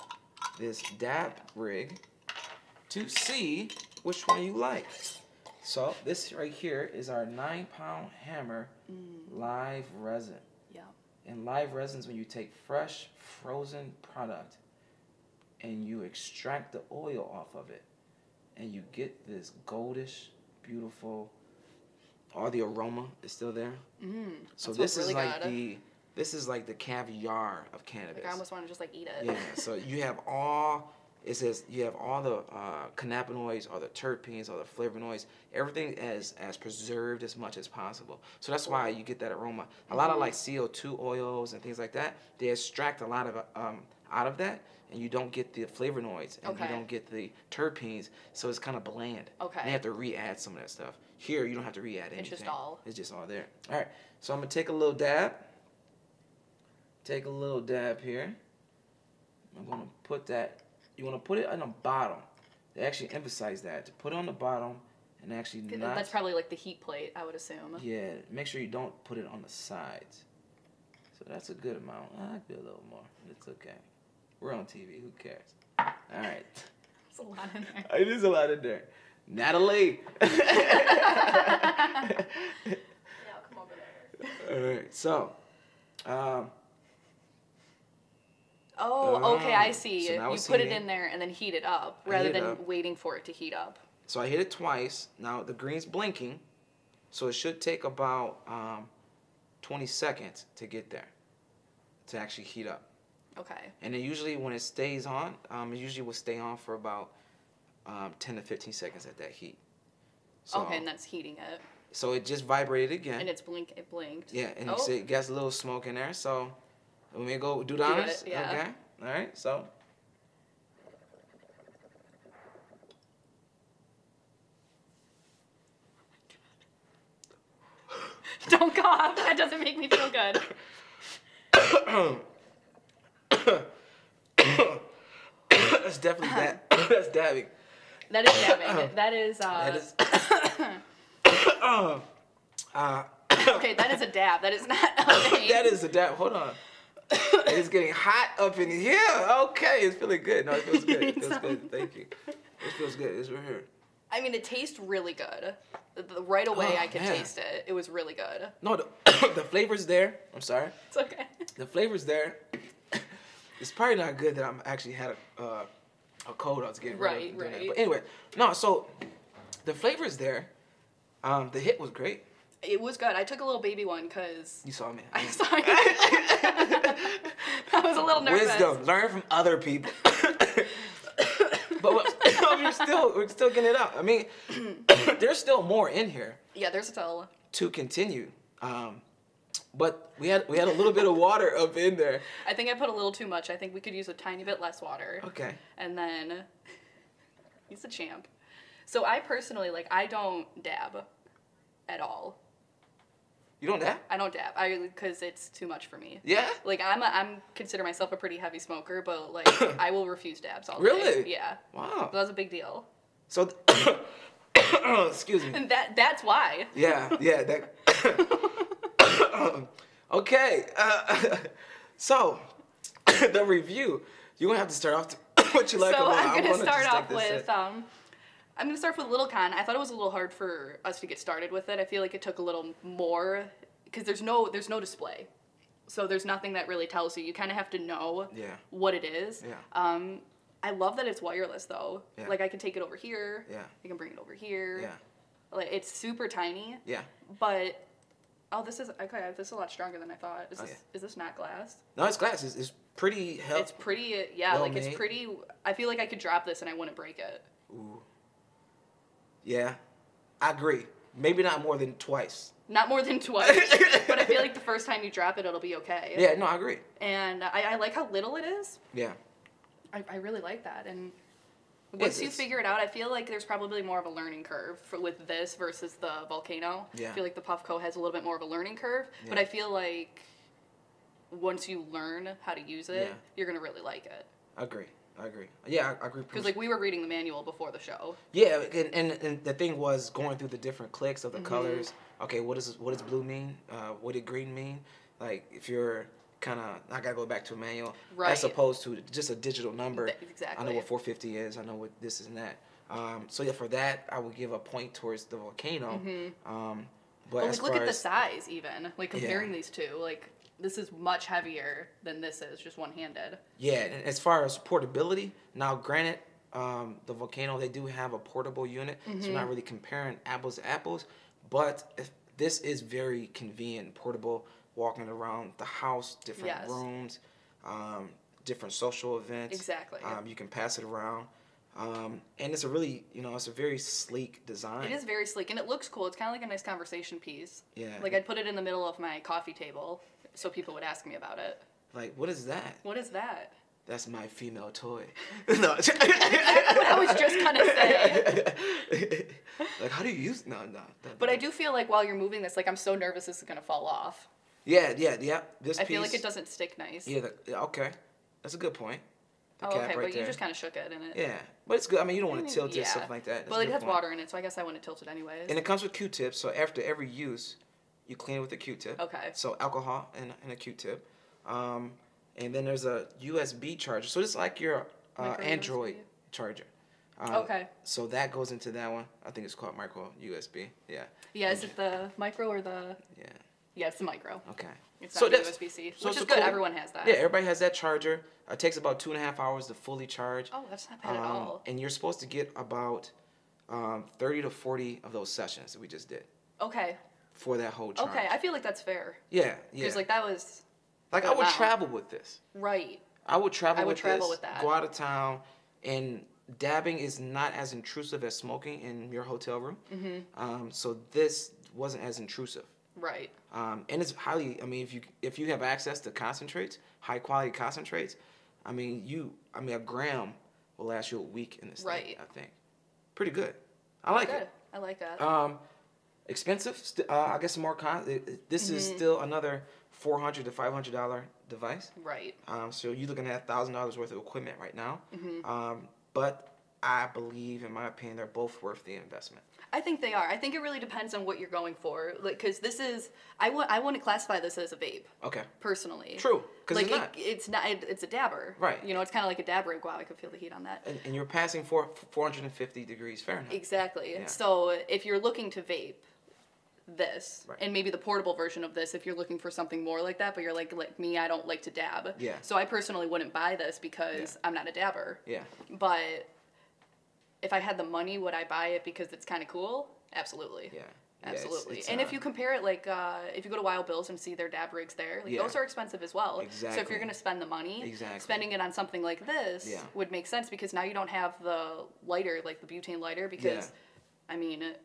this dab rig to see which one you like. So this right here is our nine pound hammer live resin.
Yeah.
And live resins, when you take fresh, frozen product and you extract the oil off of it, and you get this goldish, beautiful, all the aroma is still there.
Mm.
So
That smells
this
really
is like
good.
the this is like the caviar of cannabis.
Like I almost want to just like eat it.
yeah. So you have all It says you have all the uh, cannabinoids or the terpenes or the flavonoids, everything as as preserved as much as possible. So that's why you get that aroma. A
Mm-hmm.
lot of like CO2 oils and things like that, they extract a lot of um, out of that, and you don't get the flavonoids and
Okay.
you don't get the terpenes. So it's kind of bland.
Okay.
And they have to re-add some of that stuff. Here you don't have to re-add anything.
It's just all-
It's just all there. All right. So I'm gonna take a little dab. Take a little dab here. I'm gonna put that. You wanna put it on the bottom. They actually emphasize that to put it on the bottom and actually
Th-
not.
That's probably like the heat plate, I would assume.
yeah. Make sure you don't put it on the sides. So that's a good amount. I could do a little more. It's okay. We're on TV. Who cares? All right.
It's a lot in there.
It is a lot in there. Natalie.
Yeah, I'll come over there.
All right. So. Um,
Oh, okay, I see.
So now
you
it's
put it
heating.
in there and then heat it up
I
rather
heat it
than
up.
waiting for it to heat up.
So I hit it twice. Now the green's blinking, so it should take about um, 20 seconds to get there to actually heat up.
Okay.
And then usually when it stays on, um, it usually will stay on for about um, 10 to 15 seconds at that heat. So,
okay, and that's heating it.
so it just vibrated again.
And it's blink it blinked.
Yeah, and
oh,
you see it gets a little smoke in there. So when we go do the
Do it,
honors,
yeah.
okay, all right. So
Don't cough. That doesn't make me feel good.
that's definitely that. that's dabbing.
That is dabbing. That is uh
Oh. That is.
okay, that is a dab. That is not a thing.
that is a dab. Hold on. it's getting hot up in here. Okay, it's feeling good. No, it feels good. It feels good. Thank you. It feels good. It's right here.
I mean it tastes really good. The- the- Right away
Oh,
I could
man.
taste it. It was really good.
No, the, the flavor's there. I'm sorry.
It's okay.
The flavor's there. It's probably not good that I'm actually had a uh, a cold. I was getting rid of
Right,
it during that.
right.
But anyway, no. So the flavor's there. Um, the hit was great.
It was good. I took a little baby one because
You saw me.
I saw you. I was a little nervous.
Wisdom. Learn from other people. but we're, we're still we're still getting it out. I mean, there's still more in here
Yeah, there's still
to continue. Um, but we had we had a little bit of water up in there.
I think I put a little too much. I think we could use a tiny bit less water.
Okay.
And then he's a champ. So I personally like I don't dab at all.
You don't have?
I don't dab. I because it's too much for me.
Yeah.
Like I'm a, I'm consider myself a pretty heavy smoker, but like I will refuse dabs all day.
Really?
Yeah. So
Wow.
that's a big deal.
So, excuse me.
And that that's why.
Yeah, yeah. That. okay. Uh, so, the review. You're gonna have to start off to what you like
so
about.
I'm gonna start
just take
off
this
with
in.
um I'm gonna start with Little Con. I thought it was a little hard for us to get started with it. I feel like it took a little more because there's no there's no display. So there's nothing that really tells you. You kind of have to know
Yeah.
what it is.
Yeah.
Um, I love that it's wireless though.
Yeah.
Like I can take it over here.
Yeah.
I can bring it over here.
yeah,
Like it's super tiny.
yeah.
But oh, this is okay. This is a lot stronger than I thought. Is
Oh,
this
yeah.
is this not glass?
No, it's glass. It's, it's pretty
It's
healthy.
pretty. Yeah,
Well
like it's
made.
pretty. I feel like I could drop this and I wouldn't break it.
Ooh. Yeah, I agree. Maybe not more than twice.
Not more than twice, but I feel like the first time you drop it, it'll be okay.
Yeah, no, I agree.
And I, I like how little it is.
Yeah.
I, I really like that. And
Yes,
once you
it's-
figure it out, I feel like there's probably more of a learning curve for, with this versus the volcano.
Yeah.
I feel like the Puffco has a little bit more of a learning curve, but
Yeah.
I feel like once you learn how to use it,
Yeah.
you're gonna really like it.
I agree. I agree. Yeah, I, I agree.
Because like we were reading the manual before the show.
Yeah, and, and, and the thing was going through the different clicks
Mm-hmm.
of the colors. Okay, what does what does blue mean? Uh, what did green mean? Like if you're kind of, I gotta go back to a manual as
Right.
opposed to just a digital number.
Th-
I know
exactly.
what 450 is. I know what this is and that. Um, so yeah, for that I would give a point towards the volcano. Um,
Mm-hmm.
but
But
as
like look
far
at the
as
size even. Like comparing these two, like this is much heavier than this is, just one handed.
Yeah, and as far as portability, now granted, um, the volcano they do have a portable unit, so
Mm-hmm.
we're not really comparing apples to apples. But if, this is very convenient, portable, walking around the house, different
Yes.
rooms, um, different social events.
Exactly.
Um, you can pass it around. Um, and it's a really, you know, it's a very sleek design.
It is very sleek and it looks cool. It's kind of like a nice conversation piece.
Yeah.
Like I'd put it in the middle of my coffee table so people would ask me about it.
Like, what is that?
What is that?
That's my female toy. no.
What I was just gonna say.
like, how do you use? No, no. that-
But I do feel like while you're moving this, like I'm so nervous this is gonna fall off.
Yeah, yeah, yeah. This
I feel
piece-
like it doesn't stick nice.
Yeah, the, yeah, okay. That's a good point. The
oh,
cap
okay, but you
there.
just kind of shook it in it.
Yeah, but it's good. I mean, you don't want to tilt it,
Yeah.
stuff like that. That's
Well,
a
it
good
has
point.
water in it, so I guess I want to tilt it anyways.
And it comes with Q-tips, so after every use, you clean it with a Q-tip.
Okay.
So alcohol and, and a Q-tip. Um, and then there's a USB charger. So it's like your uh,
Micro
Android
USB.
charger. Uh,
Okay.
So that goes into that one. I think it's called micro USB. Yeah.
yeah, is it the micro or the?
Yeah.
Yeah, it's the micro.
Okay.
It's not
that's-
USB-C,
so
which
it's
is
a
good.
cool-
Everyone has that.
Yeah, everybody has that charger. It takes about two and a half hours to fully charge.
Oh, that's not bad at
Um,
all.
And you're supposed to get about um, 30 to 40 of those sessions that we just did
Okay.
for that whole charge.
Okay, I feel like that's fair.
yeah, yeah.
Because like that was
Like I would
Wow.
travel with this.
right.
I would travel.
I would
with
travel
this,
with that.
Go out of town, and dabbing is not as intrusive as smoking in your hotel room. Mm-hmm. Um, so this wasn't as intrusive,
Right.
um, and it's highly. I mean, if you if you have access to concentrates, high quality concentrates, I mean, you. I mean, a gram will last you a week in this. thing,
Right.
I think, pretty good. I like
Good.
it.
I like that.
Um, expensive. St- uh, I guess more con. it- it- This is
Mm-hmm.
still another four hundred to five hundred dollar device.
right.
Um, so you're looking at thousand dollars worth of equipment right now.
Mm-hmm.
Um, but I believe, in my opinion, they're both worth the investment.
I think they are. I think it really depends on what you're going for. Like cuz this is I would I wouldn't classify this as a vape
Okay.
personally.
True, 'cause
like
it's not.
It, it's not it, it's a dabber.
Right.
You know, it's kind of like a dab rig. Wow, I could feel the heat on that.
And, and you're passing four four hundred and fifty degrees Fahrenheit.
Exactly.
Yeah.
So if you're looking to vape this
Right.
and maybe the portable version of this if you're looking for something more like that but you're like like me I don't like to dab.
Yeah.
So I personally wouldn't buy this because
Yeah.
I'm not a dabber.
yeah.
But if I had the money, would I buy it because it's kind of cool? Absolutely.
Yeah. Yeah, it's-
Absolutely.
it's,
and
uh,
if you compare it, like, uh, if you go to Wild Bill's and see their dab rigs there, like,
Yeah.
those are expensive as well. So if
Exactly.
you're going to spend the money,
Exactly.
spending it on something like this
Yeah.
would make sense because now you don't have the lighter, like the butane lighter, because,
Yeah.
I mean,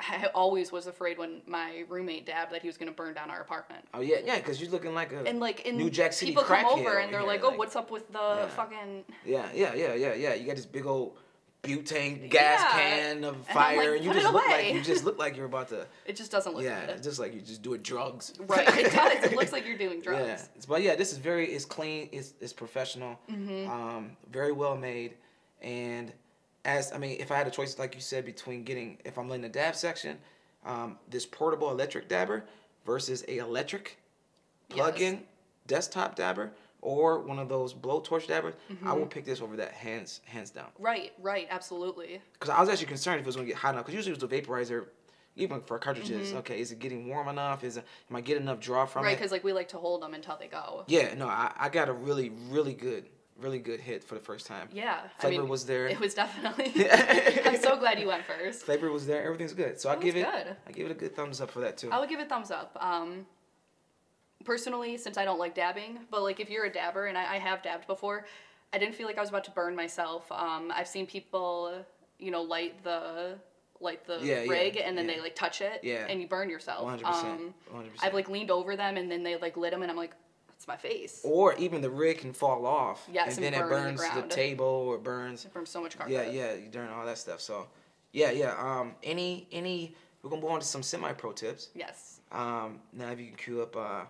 I always was afraid when my roommate dabbed that he was going to burn down our apartment.
Oh yeah, yeah, because you're looking like a
And like in
New Jack City
people come
crackhead
over and
in
they're
here,
like, "Oh, what's up with the
Yeah.
fucking
Yeah, yeah, yeah, yeah, yeah. You got this big old butane gas
Yeah.
can
And
of
I'm
fire,
like,
and you
"Put it
just look
away."
like you just look like you're about to.
It just doesn't look
Yeah,
good.
just like you just doing drugs.
Right. It does. It looks like you're doing drugs.
Yeah, it's- but yeah, this is very it's clean, it's it's professional,
Mm-hmm.
um, very well made, and as I mean, if I had a choice, like you said, between getting if I'm in the dab section, um, this portable electric dabber versus a electric plug-in desktop dabber or one of those blowtorch dabbers,
Mm-hmm.
I will pick this over that hands hands down.
Right, right, absolutely.
Because I was actually concerned if it was going to get hot enough. Because usually with the vaporizer, even for cartridges, okay, is it getting warm enough? Is it, am I getting enough draw from
Mm-hmm. Right,
it?
because like we like to hold them until they go.
Yeah, no, I, I got a really, really good, really good hit for the first time.
Yeah,
Flavor was there.
It was definitely. I'm so glad you went first.
Flavor was there. Everything's good. So I
was
give it,
good. Oh,
I give it a good thumbs up for that too.
I would give it thumbs up. Um, personally, since I don't like dabbing, but like if you're a dabber, and I, I have dabbed before, I didn't feel like I was about to burn myself. Um, I've seen people, you know, light the light the
Yeah, yeah,
rig and then
yeah.
they like touch it
Yeah.
and you burn yourself.
100%,
Um,
100%.
I've like leaned over them and then they like lit them and I'm like, that's my face.
Or even the rig can fall off.
Yes,
and then
and
it
burn in the
burns the,
ground.
table or it burns.
From so much carpet.
Yeah, yeah, you burn all that stuff. So, yeah, yeah. Um, any, any. We're gonna move on to some semi-pro tips.
Yes.
Um, now if you can cue up uh,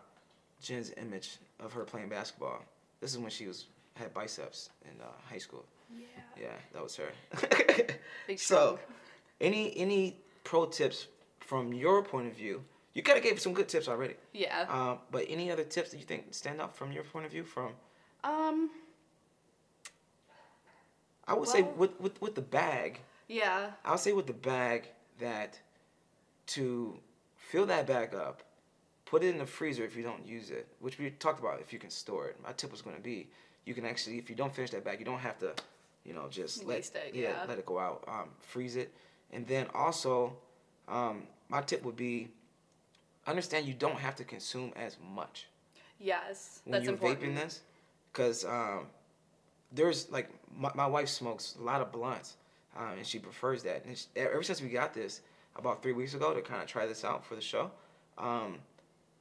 Jen's image of her playing basketball. This is when she was had biceps in uh, high school.
Yeah.
Yeah, that was her.
Big
so,
stroke.
any any pro tips from your point of view? You kind of gave some good tips already.
Yeah.
Um, but any other tips that you think stand out from your point of view? From
Um.
I would say
Well-
with, with with the bag,
Yeah.
I would say with the bag that to fill that bag up, put it in the freezer if you don't use it, which we talked about if you can store it. My tip was going to be you can actually if you don't finish that bag, you don't have to, you know, just
Waste
let
it, yeah.
let it go out, um, freeze it, and then also um, my tip would be understand you don't have to consume as much
Yes.
when
That's
you're
important.
vaping this. because um, there's like my, my wife smokes a lot of blunts, um, and she prefers that. And she, ever since we got this about three weeks ago to kind of try this out for the show, um,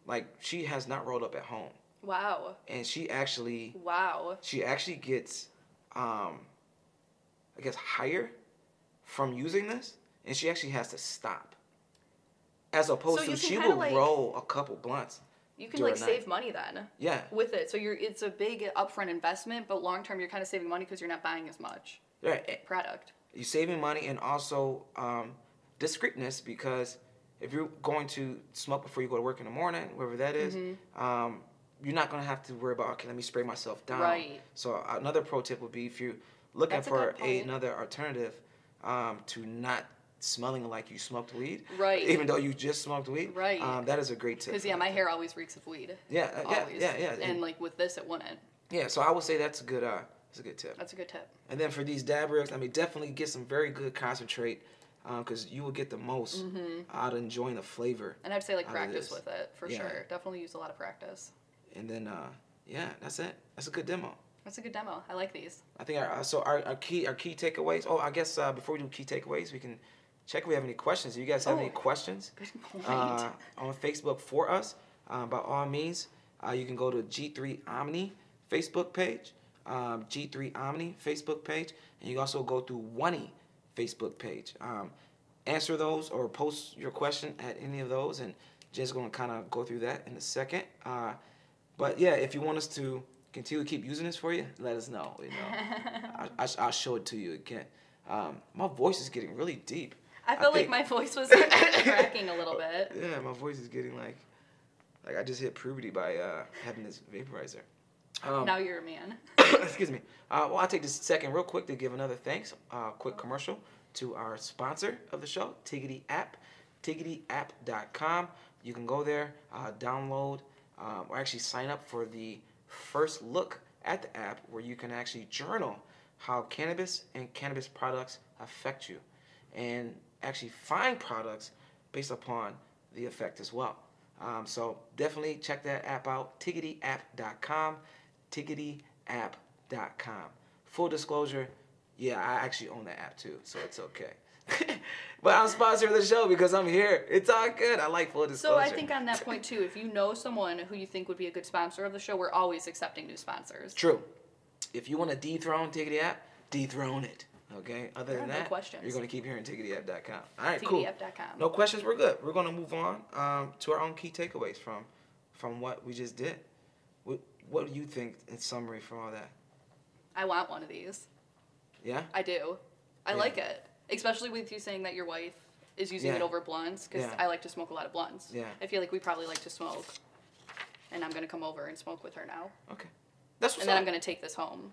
like she has not rolled up at home,
Wow.
and she actually
Wow.
she actually gets um i guess higher from using this and she actually has to stop as opposed
So you
to
can
she
kinda
will
like-
roll a couple blunts
You can
during
like
the
save
night.
money then.
yeah
With it, so you're it's a big upfront investment, but long term you're kind of saving money because you're not buying as much
yeah eh,
product.
you're saving money and also um discreetness because if you're going to smoke before you go to work in the morning wherever that is,
Mm-hmm.
um you're not going to have to worry about okay let me spray myself down
Right.
so another pro tip would be if you're looking
That's a
for
good
a,
point.
another alternative um, to not smelling like you smoked weed,
Right.
Even though you just smoked weed,
Right.
Um, that is a great tip.
Because
for
yeah,
that.
my hair always reeks of weed.
Yeah, uh, yeah,
Always.
yeah, yeah,
And,
and-
like with this, it wouldn't.
yeah. So I would say that's a good uh, that's a good tip.
That's a good tip.
And then for these dab rigs, I mean, definitely get some very good concentrate because you will get the most
Mm-hmm.
out of enjoying the flavor.
And I'd say like
out of
practice
this.
with it for
Yeah.
sure. Definitely use a lot of practice.
And then uh, yeah, that's it. That's a good demo.
That's a good demo. I like these.
I think our, uh, so. Our, our key our key takeaways. Oh, I guess uh, before we do key takeaways, we can check if we have any questions. Do you guys have any
Oh.
questions?
Good point.
uh, on Facebook for us. Um, by all means, uh, you can go to G3 Omni Facebook page, um, G3 Omni Facebook page, and you can also go to Oney Facebook page. Um, answer those or post your question at any of those, and Jen's going to kind of go through that in a second. Uh, but yeah, if you want us to continue to keep using this for you, let us know. You know, I, I, I'll show it to you again. Um, my voice is getting really deep.
I felt like
think-
my voice was like, cracking a little bit.
yeah, my voice is getting like, like I just hit puberty by uh, having this vaporizer. Um,
Now you're a man.
excuse me. Uh, well, I'll take this second real quick to give another thanks, uh, quick commercial to our sponsor of the show, Tiggity App, tiggityapp.com. You can go there, uh, download, um, or actually sign up for the first look at the app where you can actually journal how cannabis and cannabis products affect you and actually find products based upon the effect as well. Um, so definitely check that app out, tiggityapp.com, tiggityapp.com. Full disclosure, yeah, I actually own that app too, so it's okay. but I'm sponsoring the show because I'm here. It's all good. I like full
So
disclosure.
I think on that point too, if you know someone who you think would be a good sponsor of the show, we're always accepting new sponsors.
True. If you want to dethrone Tiggity App, dethrone it. Okay. Other
There
than
are no
that,
questions.
you're going to keep hearing tiggityapp.com. All right, cool.
tiggityapp.com.
No questions. We're good. We're going to move on um, to our own key takeaways from from what we just did. What, what do you think in summary from all that?
I want one of these.
Yeah.
I do. I
Yeah.
like it, especially with you saying that your wife is using
Yeah.
it over blunts because
Yeah.
I like to smoke a lot of blunts.
Yeah.
I feel like we probably like to smoke, and I'm gonna come over and smoke with her now,
Okay. That's what's
and then
up.
I'm gonna take this home.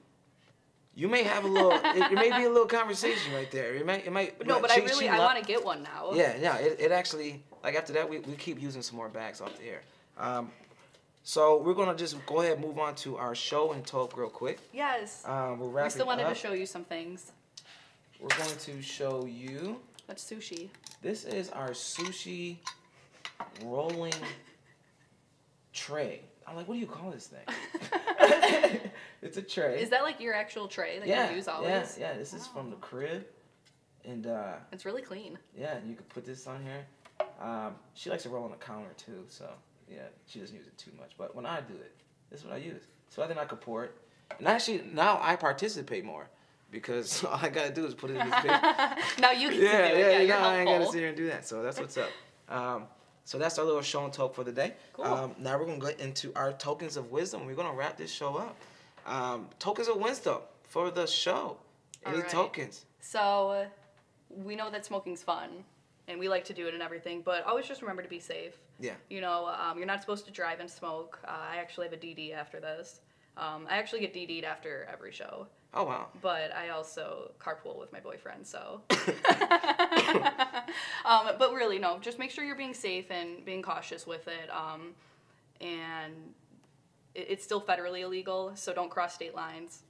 You may have a little. it, it may be a little conversation right there. It might. It might.
No, but I
she-
really
she
I
lo-
want to get one now.
Yeah, yeah. It, it actually like after that we, we keep using some more bags off the air. Um, so we're gonna just go ahead and move on to our show and talk real quick.
Yes.
Um, we're wrapping
we still wanted
up.
to show you some things.
We're going to show you.
That's sushi.
This is our sushi rolling tray. I'm like, what do you call this thing? it's a tray.
Is that like your actual tray that
yeah,
you use always? Oh.
yeah, yeah. This is from the crib, and uh,
It's really clean.
Yeah, and you could put this on here. Um, she likes to roll on the counter too, so yeah, she doesn't use it too much. But when I do it, this is what I use. So then I could pour it, and actually now I participate more because all I gotta do is put it in this big.
now you can do
yeah, yeah,
it. Yeah,
yeah.
you're
no, I ain't gotta
helpful.
sit here and do that. So that's what's up. Um, so that's our little show and talk for the day.
Cool.
Um, now we're gonna get into our tokens of wisdom. We're gonna wrap this show up. Um, tokens of wisdom for the show.
All
Any
right.
tokens?
So we know that smoking's fun and we like to do it and everything, but always just remember to be safe.
Yeah.
You know, um, you're not supposed to drive and smoke. Uh, I actually have a DD after this. Um, I actually get DD'd after every show,
Oh wow.
but I also carpool with my boyfriend, so. um, but really, no, just make sure you're being safe and being cautious with it. Um, and it, it's still federally illegal, so don't cross state lines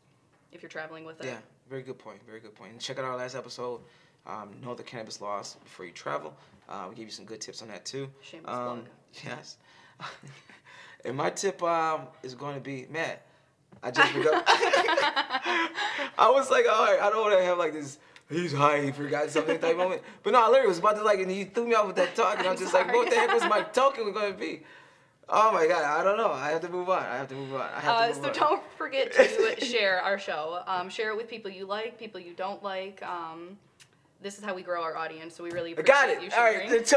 if you're traveling with it.
Yeah, very good point. Very good point. And check out our last episode. Um, know the cannabis laws before you travel. Uh, we gave you some good tips on that too.
Shameless
um,
plug.
Yes. and my tip um, is going to be, man, I just forgot. I was like, all right, I don't want to have like this. He's high. He forgot something type moment. But no, I literally was about to like, and he threw me off with that talk, and I'm,
I'm
just like,
sorry.
what the heck was my token going to be? Oh my god, I don't know. I have to move on. I have to move on. I have
Uh,
to move
so
on.
don't forget to share our show. Um, share it with people you like, people you don't like. Um, this is how we grow our audience. So we really
I
appreciate
got
you
it. All
sharing.
right. The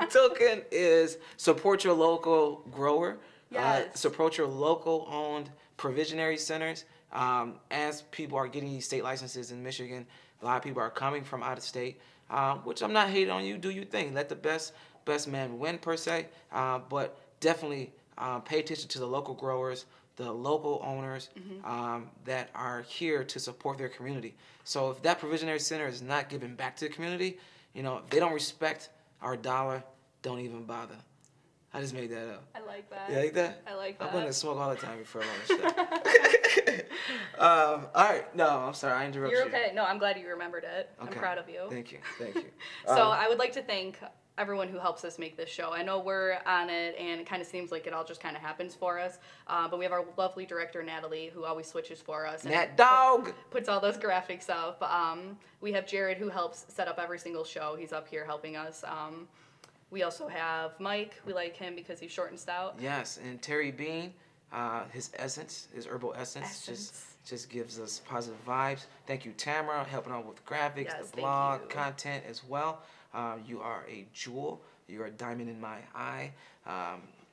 the token is support your local grower. Uh,
Yes.
support your local owned provisionary centers. Um, as people are getting these state licenses in Michigan, a lot of people are coming from out of state, uh, which I'm not hating on you. Do your thing. Let the best best man win per se. Uh, but definitely uh, pay attention to the local growers, the local owners um, that are here to support their community. So if that provisionary center is not giving back to the community, you know, if they don't respect our dollar, don't even bother. I just made that up.
I like that.
You like that?
I like
I'm
that.
gonna smoke all the time before I launch that. um, all right, no, I'm sorry, I interrupted
You're
you.
okay. No, I'm glad you remembered it. I'm
Okay.
proud of you.
Thank you, thank you.
So
Um,
I would like to thank everyone who helps us make this show. I know we're on it, and it kind of seems like it all just kind of happens for us. Uh, but we have our lovely director Natalie, who always switches for us. and
Nat Dog.
puts all those graphics up. Um, we have Jared who helps set up every single show. He's up here helping us. Um, we also have Mike. We like him because he's short and stout.
Yes, and Terry Bean, uh, his essence, his herbal essence,
Essence.
just just gives us positive vibes. Thank you, Tamara, helping out with graphics,
Yes,
the
thank
blog
you.
content as well. Uh, you are a jewel. You are a diamond in my eye. Um,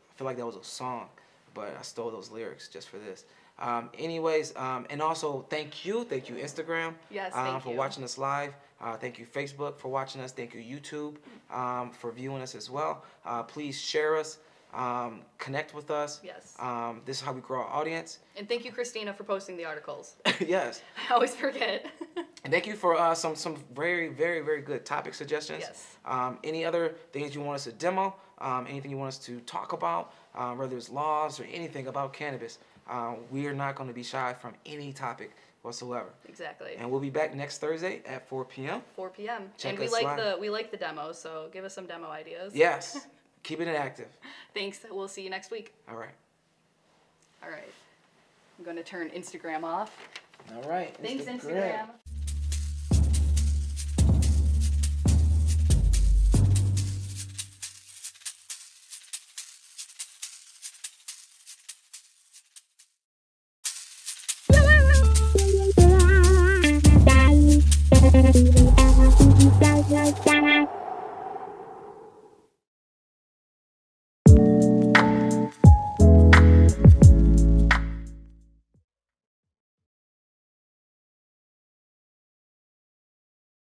I feel like that was a song, but I stole those lyrics just for this. Um, anyways, um, and also thank you, thank you Instagram
Yes,
uh,
thank
for
you.
watching us live. Uh, thank you Facebook for watching us. Thank you YouTube um, for viewing us as well. Uh, please share us, um, connect with us.
Yes.
Um, this is how we grow our audience.
And thank you, Christina, for posting the articles.
yes.
I always forget.
And thank you for uh, some some very very very good topic suggestions.
Yes.
Um, any other things you want us to demo? Um, anything you want us to talk about? Um, whether it's laws or anything about cannabis, uh, we are not going to be shy from any topic whatsoever.
exactly.
And we'll be back next Thursday at 4 p.m.
4 p.m.
Check
and we
us
like
live.
the we like the demos, so give us some demo ideas.
Yes. Keeping it active.
Thanks. We'll see you next week.
All right.
All right. I'm going to turn Instagram off.
All right.
Thanks,
Mr. Grant.
Instagram.